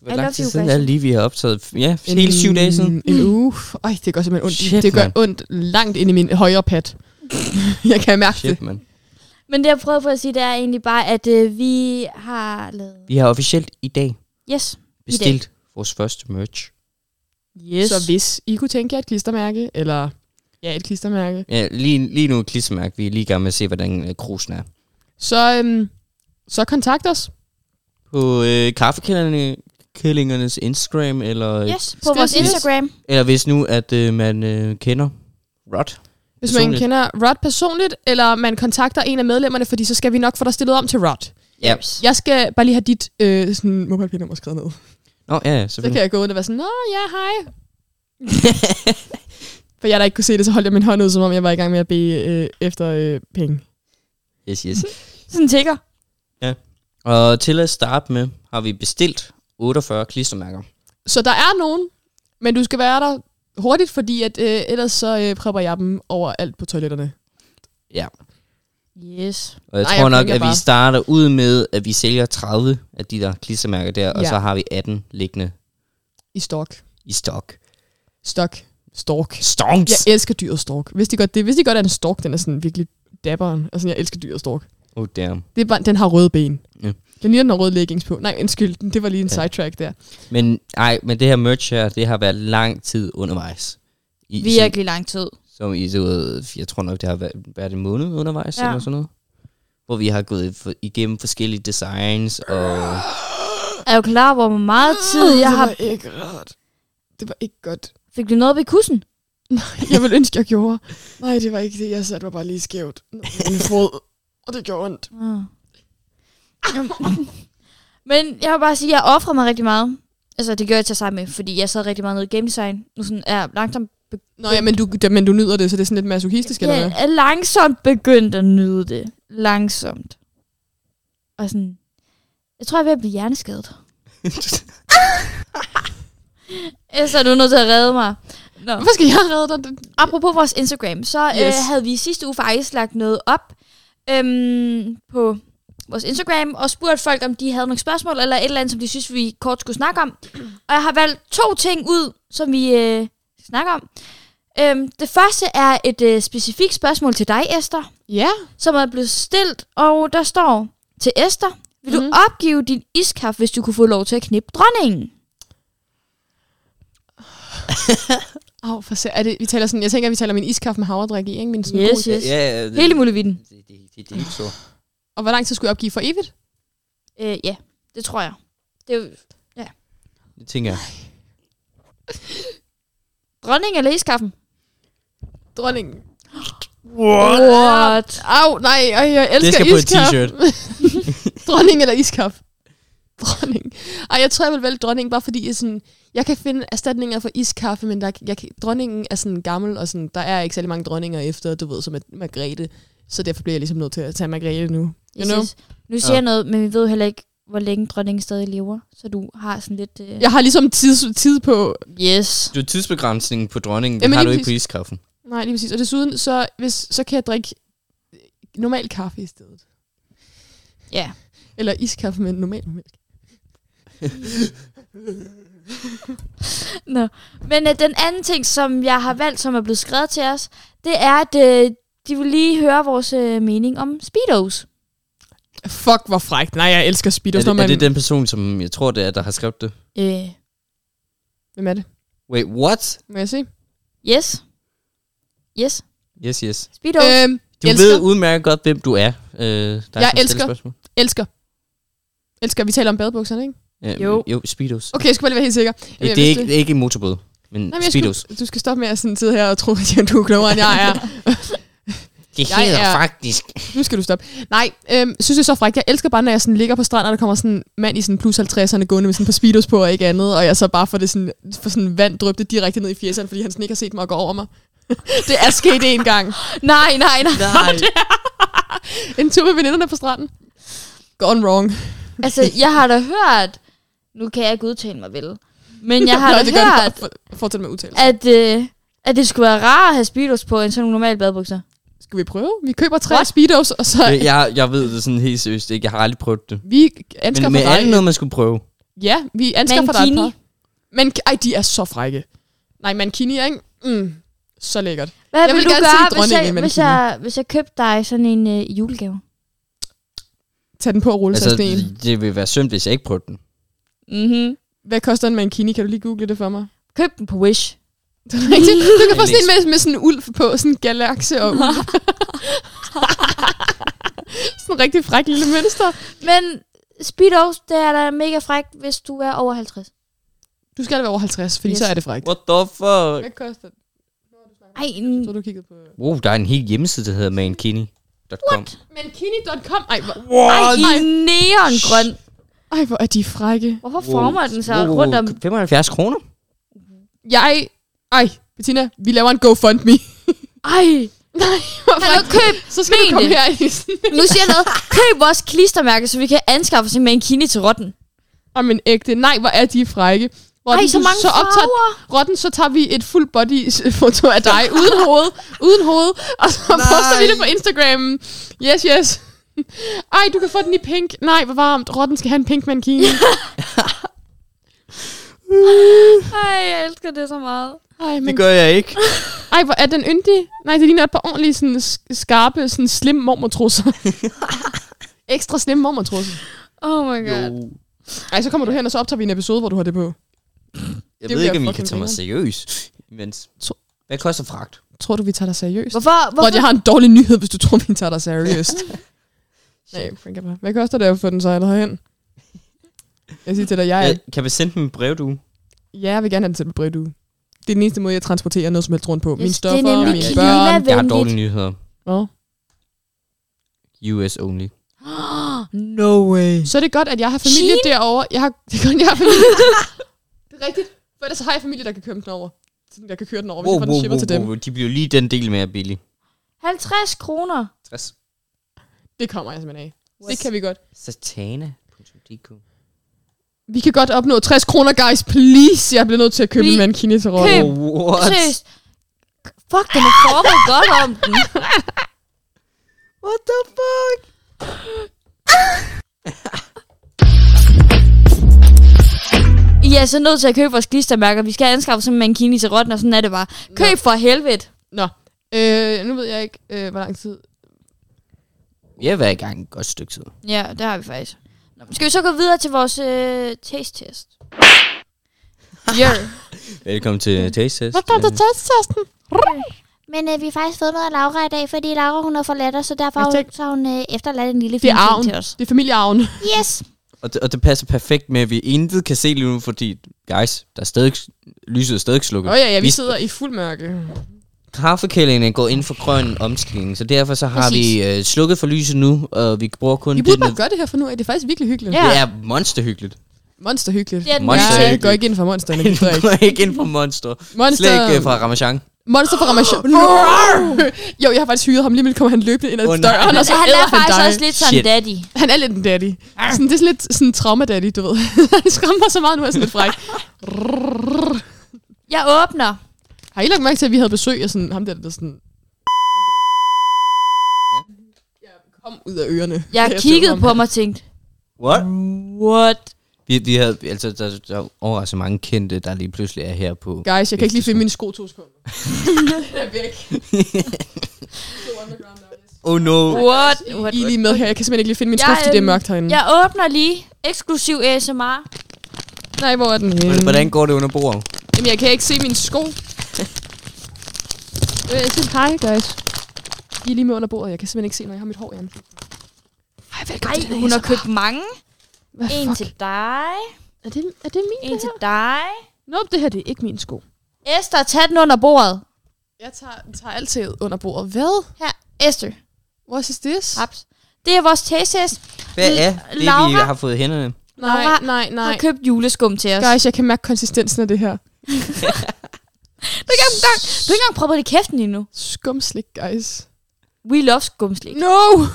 hvor
I love
lang tid
you,
siden er
Bastian.
det lige, vi har optaget? Ja, hele syv dage siden.
En uge. Ej, det gør simpelthen ondt.
Shit,
det gør
mand.
ondt langt ind i min højre pat. [laughs] jeg kan mærke det.
Shit, mand.
Men det jeg prøver på at sige, det er egentlig bare, at øh, vi har lavet...
Vi har officielt i dag
Yes.
bestilt vores første merch.
Yes.
Så hvis I kunne tænke jer et klistermærke, eller ja, et klistermærke,
Ja, lige, lige nu et klistermærke. Vi er lige i gang med at se, hvordan øh, krusen er.
så, øhm, så kontakt os.
På øh, kaffekællingernes Instagram, eller,
Yes, på vores
Skønt, yes.
Instagram.
eller hvis nu, at øh, man øh, kender Rod.
Hvis man
Personligt.
kender Rod personligt, eller man kontakter en af medlemmerne, fordi så skal vi nok få dig stillet om til Rod.
Ja.
Jeg skal bare lige have dit øh, sådan mobile-nummer skrevet ned.
Nå, ja, ja,
Så kan
selvfølgelig.
jeg gå ud og være sådan, Nå, ja, hej. [laughs] For jeg der ikke kunne se det, så holdt jeg min hånd ud, som om jeg var i gang med at bede øh, efter øh, penge.
Yes, yes.
Sådan en tigger.
Og til at starte med, har vi bestilt 48 klistermærker.
Så der er nogen, men du skal være der hurtigt, fordi at, øh, ellers så øh, prepper jeg dem overalt på toiletterne.
Yes.
Og
Nej,
jeg Nej, tror
jeg
jeg nok,
tænker
at
bare-
vi starter ud med, at vi sælger 30 af de der klistermærker der, og
Ja.
så har vi 18 liggende
I stork.
i stok.
Stok. Stork.
Stonks!
Jeg elsker dyret stork. Hvis de godt det, hvis de godt er en stork, den er sådan virkelig dabberen. Altså, jeg elsker dyret stork.
Oh damn.
Det er bare, den har røde ben.
Ja.
Den ligner den har røde leggings på. Nej, undskyld, den- det var lige en ja. sidetrack der.
Men, ej, men det her merch her, det har været lang tid undervejs. I,
Virkelig lang tid.
Som, som i, du ved, jeg tror nok, det har været, været en måned undervejs,
Ja.
ja. eller sådan noget. Hvor vi har gået for, igennem forskellige designs, og
Er du klar, over, hvor meget tid jeg har...
Mm. Det var ikke rart. Det var ikke godt.
Fik du noget ved
[laughs]
kussen?
Jeg ville ønske, jeg gjorde. Nej, det var ikke det, jeg satte mig bare lige skævt. Min fod. Og det gjorde ondt.
Ah. Men jeg vil bare sige, at jeg offrer mig rigtig meget. Altså, det gjorde jeg til sammen med, fordi jeg sad rigtig meget nede i game design. Nu sådan, er jeg langsomt,
Nå ja, men du, da, men du nyder det, så det er sådan lidt masochistisk, eller
jeg
hvad?
er langsomt begyndt at nyde det. Langsomt. Og sådan, jeg tror, jeg er ved at blive hjerneskadet. Ellers Altså, er du nødt til at redde mig. Nå.
Hvorfor skal jeg redde dig? Det-
Apropos vores Instagram, så yes. øh,
Yes.
havde vi i sidste uge faktisk lagt noget op øhm, på vores Instagram og spurgt folk, om de havde nogle spørgsmål eller et eller andet, som de synes, vi kort skulle snakke om. Og jeg har valgt to ting ud, som vi øh, snakker om. Øhm, det første er et øh, specifikt spørgsmål til dig, Esther,
Ja.
som er blevet stillet, og der står til Esther, vil mm-hmm.
Mhm.
du opgive din iskaffe, hvis du kunne få lov til at knippe dronningen?
Au, for se, er det, vi taler sådan, jeg tænker, at vi taler om en iskaffe med havredrik i, ikke? Min sådan
Yes,
god-
yes.
[laughs] ja, det,
Hele muligheden.
det, det, det, det, er ikke så.
Og hvor lang tid skulle jeg opgive for evigt?
Øh, ja, det tror jeg. Det er jo
Det tænker jeg.
dronning eller iskaffen?
Dronningen.
What? What?
Au, nej, ej, jeg elsker
Det skal på et
iskaffe.
t-shirt.
[laughs] dronning eller iskaffe? Dronning. Ej, jeg tror, jeg vil vælge dronning, bare fordi jeg, sådan, jeg kan finde erstatninger for iskaffe, men der, jeg, kan- dronningen er sådan gammel, og sådan, der er ikke særlig mange dronninger efter, du ved, som er Margrethe. Så derfor bliver jeg ligesom nødt til at tage Margrethe nu. You know?
Yes, yes. Nu siger ja. jeg noget, men vi ved jo heller ikke, hvor længe dronningen stadig lever. Så du har sådan lidt... Øh...
Jeg har ligesom tid, tid på...
Yes.
Du har tidsbegrænsningen på dronningen, det
Jamen,
har
lige
du ikke på
præcis.
iskaffen.
Nej, lige præcis. Og desuden, så, hvis, så kan jeg drikke normal kaffe i stedet.
Ja.
Eller iskaffe med normal mælk.
Nå. Men øh, den anden ting, som jeg har valgt, som er blevet skrevet til os, det er, at øh, de vil lige høre vores øh, mening om speedos.
Fuck, hvor frækt. Nej, jeg elsker Speedos.
Er
når
det, er
man...
det den person, som jeg tror, det er, der har skrevet det?
Øh,
Hvem er det?
Wait, what?
Må jeg se?
yes. Yes.
Yes, yes.
Speedos. Øh.
Øhm,
Du
Elsker.
elsker. ved udmærket godt, hvem du er. Øh, der er
Jeg
sådan et
elsker.
spørgsmål.
elsker. Elsker. Vi taler om badebukserne, ikke?
Ja,
Jo.
jo. jo, Speedos.
Okay, jeg skulle bare lige være helt sikker. Øh,
Det, det, er ikke, det er ikke en motorbåd, men
Nej,
Nej,
men jeg
Speedos.
skulle, du skal stoppe med at sådan sidde her og tro, at du er klogere, end jeg er.
Det
Jeg
hedder
er-
faktisk...
Nu skal du stoppe. Nej, øhm, synes jeg er så frækt. Jeg elsker bare, når jeg sådan ligger på stranden, og der kommer sådan en mand i sådan plus 50'erne gående med sådan et par speedos på og ikke andet, og jeg så bare får, det sådan, får sådan vand drøbte direkte ned i fjeserne, fordi han sådan ikke har set mig gå over mig. [laughs] det er sket en gang.
Nej, nej, nej.
[laughs] Nej.
[laughs] En tur med veninderne på stranden. Gone wrong.
Altså, jeg har da hørt... Nu kan jeg ikke udtale mig vel. Men
[laughs]
jeg har
Nå,
da
det gør det bare.
hørt,
For- Fortsæt med udtale.
at, øh, at det skulle være rart at have speedos på, end sådan nogle normale badbukser.
Skal vi prøve? Vi køber tre
What?
speedos, og så
Jeg, jeg ved det sådan helt seriøst ikke. Jeg har aldrig prøvet det.
vi anskaffer
Men med
dig.
andet noget, man skulle prøve.
Ja, vi anskaffer dig et par. Men ej, de er så frække. Nej, mankini, ikke? Mm, så lækkert.
Hvad
Jeg
jeg vil,
vil
du
gerne se
gøre, hvis
dronningen i
jeg, hvis,
mankini.
jeg, hvis jeg købte dig sådan en øh, julegave?
Tag den på og rulle altså,
Altså,
sig i sneen.
det vil være synd, hvis jeg ikke prøvede den.
Mm-hmm.
Hvad koster en mankini? Kan du lige google det for mig?
Køb den på Wish.
Det er rigtigt. Du kan få
Jeg
sådan en med, med sådan en ulv på, sådan en galakse og ulv. sådan en rigtig fræk lille mønster.
Men speedos, det er da mega frækt, hvis du er over 50.
Du skal da være over 50, fordi yes.
Yes.
så er det frækt.
What the fuck?
Hvad koster det?
Ej,
Så
n-
du kigget på...
Wow, der er en hel hjemmeside, der hedder mankini.com.
Mankini.com. Ej, hvor,
ej,
What?
i neongrøn.
ej, hvor er de frække.
Hvorfor former den sig rundt om...
75 kroner?
Jeg... Ej, Bettina, vi laver en GoFundMe. [laughs]
Ej,
Nej, hvor
kan du
frækt.
købe...
[laughs] Så skal
Men
du komme
det.
her i sådan
Nu siger jeg noget. Køb vores klistermærke, så vi kan anskaffe os en mankini til rotten.
Om en ægte. Nej, hvor er de frække. Rotten,
Ej, så
du-
mange
så optager,
farver.
Rotten, så tager vi et full body [laughs] foto af dig uden hoved, uden hoved, og så Nej. poster vi det på Instagram. Yes, yes. [laughs] Ej, du kan få den i pink. Nej, hvor varmt. Rotten skal have en pink mankini.
Ej, jeg elsker det så meget.
Ej, men,
gør jeg ikke.
ej, hvor er den yndig. Nej, det ligner et par ordentlige sådan, sk- skarpe, sådan slim
[laughs]
mormortrusser. Ekstra slim mormortrusser.
Oh my god.
Jo.
Ej, så kommer du hen, og så optager vi en episode, hvor du har det på.
Jeg
Det
ved
bliver
ikke, om I kan
fucking
tage mig seriøst. Men
To-
hvad koster fragt?
Tror du, vi tager dig seriøst?
Hvorfor?
Hvor jeg
Hvorfor?
har en dårlig nyhed, hvis du tror, vi tager dig
[laughs]
seriøst. Nej, Frank, hvad koster det at få den sejler herhen? Jeg siger til dig, jeg, er,
Jeg, kan vi sende dem en brevdue?
ja, jeg vil gerne have den til bredt ud. Det er den eneste måde, jeg transporterer noget som helst rundt på. Mine
Yes, det er
stoffer,
nemlig
mine
klima-
børn.
Jeg har
Venligt.
dårlige nyheder.
Nå.
US only.
No way.
Så er det godt, at jeg har familie derovre. Jeg har, det er godt, jeg har familie.
[laughs]
det er rigtigt. For ellers har jeg familie, der kan købe den over. Så jeg kan køre den over, hvis jeg får den shipper til dem.
wow, de bliver lige den del mere billig.
50 kroner.
60.
Det kommer jeg simpelthen af. Det kan vi godt.
Satana.dk
Vi kan godt opnå 60 kroner, guys. Please. Jeg bliver nødt til at købe
Vi-
en mankini til Rolle.
Køb.
Oh, what?
Seriøst. Fuck, den er formet godt om [laughs] den.
What the fuck?
I er så nødt til at købe vores klistermærker. Vi skal anskaffe sådan en mankini til rotten, og sådan er det bare. Køb for helvede.
Nå, øh, nu ved jeg ikke, øh, hvor lang tid.
Vi har været i gang et godt stykke tid.
Ja, det har vi faktisk. Nå, men skal vi så gå videre til vores øh, taste-test? Yeah.
Velkommen
Mm.
til Taste Test.
testtesten?
Men øh, vi har faktisk fået noget af Laura i dag, fordi Laura hun har forladt os, så derfor har hun,
Hashtag.
så har hun øh, efterladt en lille
Det
fin
er arven.
ting til os.
Det er familiearven.
Yes!
Øh, Og det, og det passer perfekt med, at vi intet kan se lige nu, fordi, guys, der er stadig, lyset er stadig slukket.
Åh oh, ja, ja, vi
Vi-
sidder i fuld mørke.
Kaffekællingerne går ind for grøn omstilling, så derfor så har
Præcis.
vi øh, slukket for lyset nu, og vi bruger kun
Vi
det,
burde bare
nød-
gøre det her for nu af. Det er faktisk virkelig hyggeligt.
Ja.
Ja.
det er monsterhyggeligt.
Monsterhyggeligt.
Det er den
Monster
Monster
er
jeg
hyggeligt.
går ikke ind for monster
[laughs]
[laughs] Du
energidrik.
går ikke ind på monster.
Monster.
Slet ikke øh, fra Ramachan.
Monster fra Ramachan. jo, jeg har faktisk hyret ham. Lige med kommer han løbende ind ad
Åh, nej.
døren, og så
Han
æder
er
han
faktisk
dig.
også lidt som
Shit.
daddy.
Han er lidt en daddy. Sådan, det er sådan lidt sådan en trauma-daddy, du ved. [laughs] han skræmmer mig så meget, nu er jeg sådan lidt fræk.
Jeg åbner.
Har I lagt mærke til, at vi havde besøg af sådan, ham der, der sådan... Ja, kom ud af ørerne. [laughs]
Jeg
Da så
kiggede
ham.
på ham og tænkte,
What?
what?
Vi, vi havde, altså, der, der er overraskende mange kendte, der lige pludselig er her på.
Guys, jeg kan ikke lige
Vigtigste
finde mine sko to sekunder. jeg er væk.
Oh no.
What? what?
I er lige med her. Jeg kan simpelthen ikke lige finde min
Jeg,
sko, fordi det er
øhm,
mørkt herinde.
Jeg åbner lige eksklusiv ASMR.
Nej, hvor er den
Hvordan-
henne?
Hvordan går det under bordet?
Jamen, jeg kan ikke se mine sko. Øh, Jeg siger hej, guys. I er lige med under bordet. Jeg kan simpelthen ikke se, når jeg har mit hår i Ej, velkommen
Ej,
til den
hun har
her.
købt mange.
Hvad
En
fuck?
til dig.
Er det, er det min?
En til dig.
Nope, det her det er ikke min sko.
Esther, tag den under bordet.
Jeg tager, tager altid under bordet. Hvad?
Her. Esther.
What is this?
Haps. Det er vores test.
Hvad
L-
er det, vi
Laura?
har fået i hænderne?
Nej,
Laura
nej,
Nej.
nej.
har købt juleskum til os.
Guys, jeg kan mærke konsistensen af det her.
Du har ikke engang, du har ikke engang proppet det i kæften endnu.
Skumslik, guys.
We love skumslik.
No!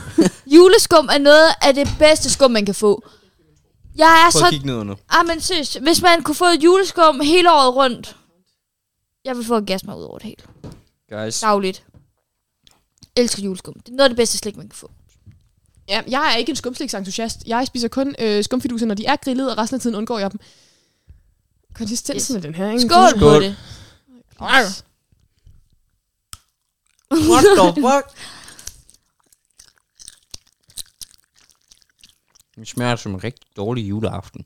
Juleskum er noget af det bedste skum, man kan få. Jeg er
Prøv at
så...
kigge ned nu.
Ah, men seriøst, hvis man kunne få et juleskum hele året rundt, jeg vil få en gas mig ud over det hele.
Guys,
Dagligt. Elsker juleskum. Det er noget af det bedste slik, man kan få.
Ja, jeg er ikke en skumsliksentusiast. Jeg spiser kun øh, skumfiduser, når de er grillet, og resten af tiden undgår jeg dem. Konsistensen yes. af den her, ikke?
Skål, Skål. på
Skål.
det.
Arr.
what the fuck? Den smager som en rigtig dårlig juleaften.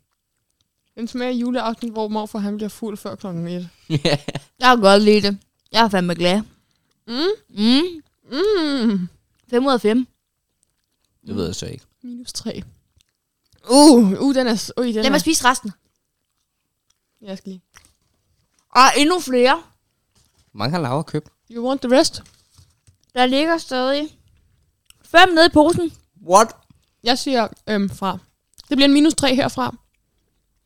Den smager af juleaften, hvor morfar han bliver fuld før klokken 1.
[laughs] Ja.
Jeg kan godt lide det. Jeg er fandme glad.
Mm.
Mm.
Mm.
5 ud af 5.
det ved jeg så ikke.
Minus 3. Uh, uh, den er... s- Ui, den
Lad
er...
mig spise resten.
Jeg skal lige...
Og endnu flere.
Hvor mange har Laura købt?
You want the rest?
Der ligger stadig fem nede i posen.
What?
Jeg siger øhm, fra. Det bliver en minus 3 herfra.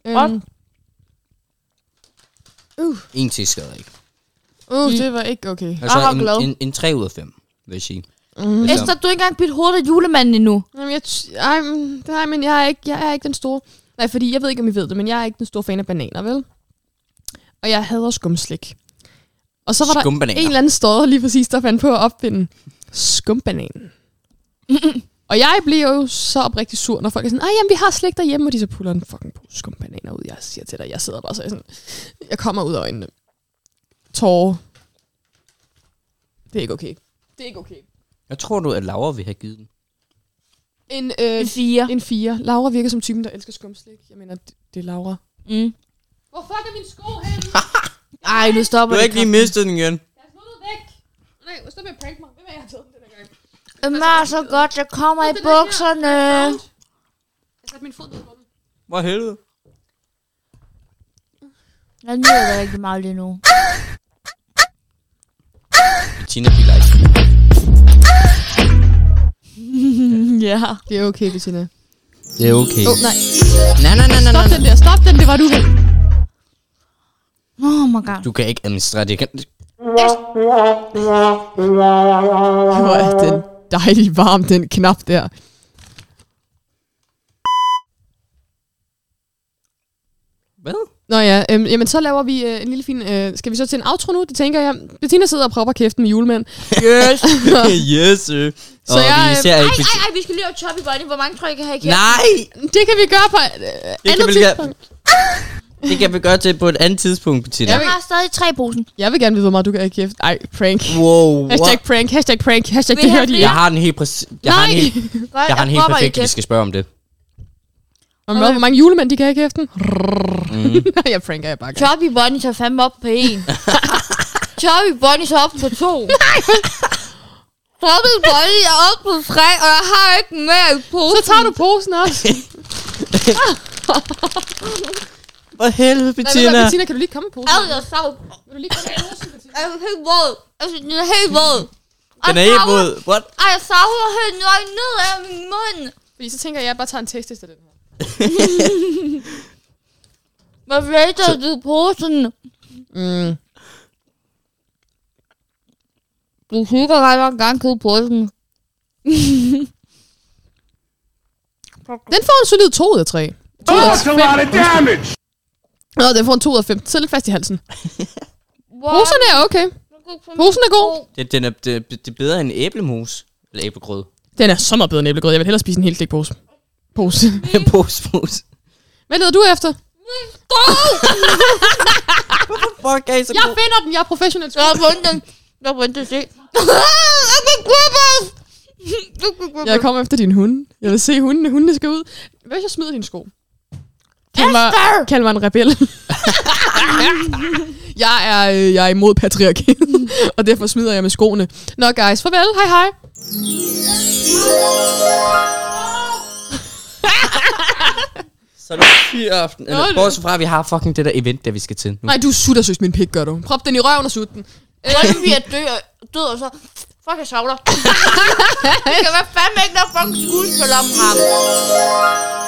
Øhm,
Godt.
En til skader ikke.
uh, det var ikke okay.
Altså
Jeg var glad.
en, en, en 3 ud af 5, vil jeg sige.
Mm.
Altså,
Esther, du har ikke engang bidt hovedet af julemanden endnu.
Jamen, jeg, t- ej, men- nej, men jeg er, ikke, jeg er ikke den store... Nej, fordi jeg ved ikke, om I ved det, men jeg er ikke den store fan af bananer, vel? Og jeg hader skumslik. Og så var der
Skumbananer.
en eller anden stod lige præcis, der fandt på at opfinde skumbananen. og jeg bliver jo så oprigtig sur, når folk er sådan, ej, jamen, vi har slik derhjemme, og de så puller en fucking pose skumbananer ud. Jeg siger til dig, jeg sidder bare så sådan, jeg kommer ud af øjnene. Tårer. Det er ikke okay. Det er ikke okay.
Jeg tror du, at Laura vil have givet den.
En, øh,
En fire.
En fire. Laura virker som typen, der elsker skumslik. Jeg mener, det, det er [laughs] Laura.
Mm.
Hvor Oh, fuck er min sko henne?
Ej, nu stopper det.
mistet den igen.
Jeg har smuttet væk. Nej, stop med at prank mig. Hvem er jeg taget den her gang?
Jamen, det er så godt, jeg kommer i
Den er her.
bukserne.
Jeg satte min fod ned på den.
Hvor helvede.
Jeg nyder det rigtig meget lige nu.
Tina Bilej.
ja.
Det er okay, Bettina.
Det er okay.
Åh, oh, nej.
Nej, nej, nej, nej,
Stop
nej.
den der. Stop den. Det var du helt.
Oh my god.
Du kan ikke administrere det. Kan-
Hvor er den dejlig varm, den knap der.
Hvad?
Nå ja, øhm, jamen så laver vi øh, en lille fin... Øh, skal vi så til en outro nu? Det tænker jeg. Bettina sidder og propper kæften med julemænd.
Yes.
[laughs] yes, øh.
Så jeg, øh,
især ikke...
Ej, ej, vi skal lige have Choppy Bunny. Hvor mange tror jeg kan have i kæft?
Nej!
Det kan vi gøre på øh, andet
vi gøre.
tidspunkt.
Det kan vi gøre til på et andet tidspunkt, Bettina.
Jeg
Jeg
vil,
har stadig tre i posen.
jeg vil gerne vide, hvor meget du kan have kæft. Ej, prank.
Wow,
Hashtag prank, hashtag prank, hashtag
Vil
det
I
hører
have
de
Jeg
ikke.
har en helt præcis... Jeg har en helt,
Godt,
jeg har en helt
propper i
perfekt, vi
kæft.
skal spørge om det.
Og med, hvor mange julemænd de kan have i kæften? Mm. [laughs] jeg pranker jeg bare. gerne.
Choppy Bunny tager fandme op på
[laughs]
en. Choppy Bunny tager op på to. Choppy Bunny er op på tre, og jeg har ikke mere i posen.
Så tager du posen også.
Hvor helvede,
Nej, Bettina. Hvad, Bettina, kan du lige komme med posen?
Ad, jeg sov.
Vil du lige komme med posen, Bettina?
Jeg er helt våd. Altså, den er helt våd.
Den er helt våd. What?
Ej, jeg savler helt nøj ned af min mund.
Fordi så tænker jeg, at jeg bare tager en test af den her.
Hvad vælter du i posen?
Mm.
Du hygger ret nok gang ud i posen.
Den får en solid 2 ud af 3.
That's a lot of damage.
Nå, den får en 2 ud af 5. Så lidt fast i halsen.
Wow.
Poserne er okay. Posen er god.
Det, den er, det, det er bedre end æblemos. Eller æblegrød.
Den er så meget bedre end æblegrød. Jeg vil hellere spise en hel slik pose. Pose.
[laughs] pose, pose.
[laughs] Hvad leder du efter?
Fuck, er I så
Jeg
gode?
finder den. Jeg er professionel.
Jeg har fundet den. Jeg har fundet det se. Jeg kan gribe os. Jeg kan gribe
Jeg
os.
kommer efter din hund. Jeg vil se hundene. Hundene skal ud. Hvad hvis jeg smider dine sko? Kald mig, kald mig en [laughs] rebel. jeg, er, øh, jeg er imod patriarkiet, [laughs] og derfor smider jeg med skoene. Nå guys, farvel. Hej hej.
Så er det fyr aften. Eller,
Nå, det-
bortset fra, at vi har fucking det der event, der vi skal til nu.
Nej, du sutter søs min pik, gør du. Prop den i røven og sut den.
Hvordan vi er død, død og så... Fuck, [laughs] jeg savler. det kan være fandme ikke noget fucking skuespil om ham.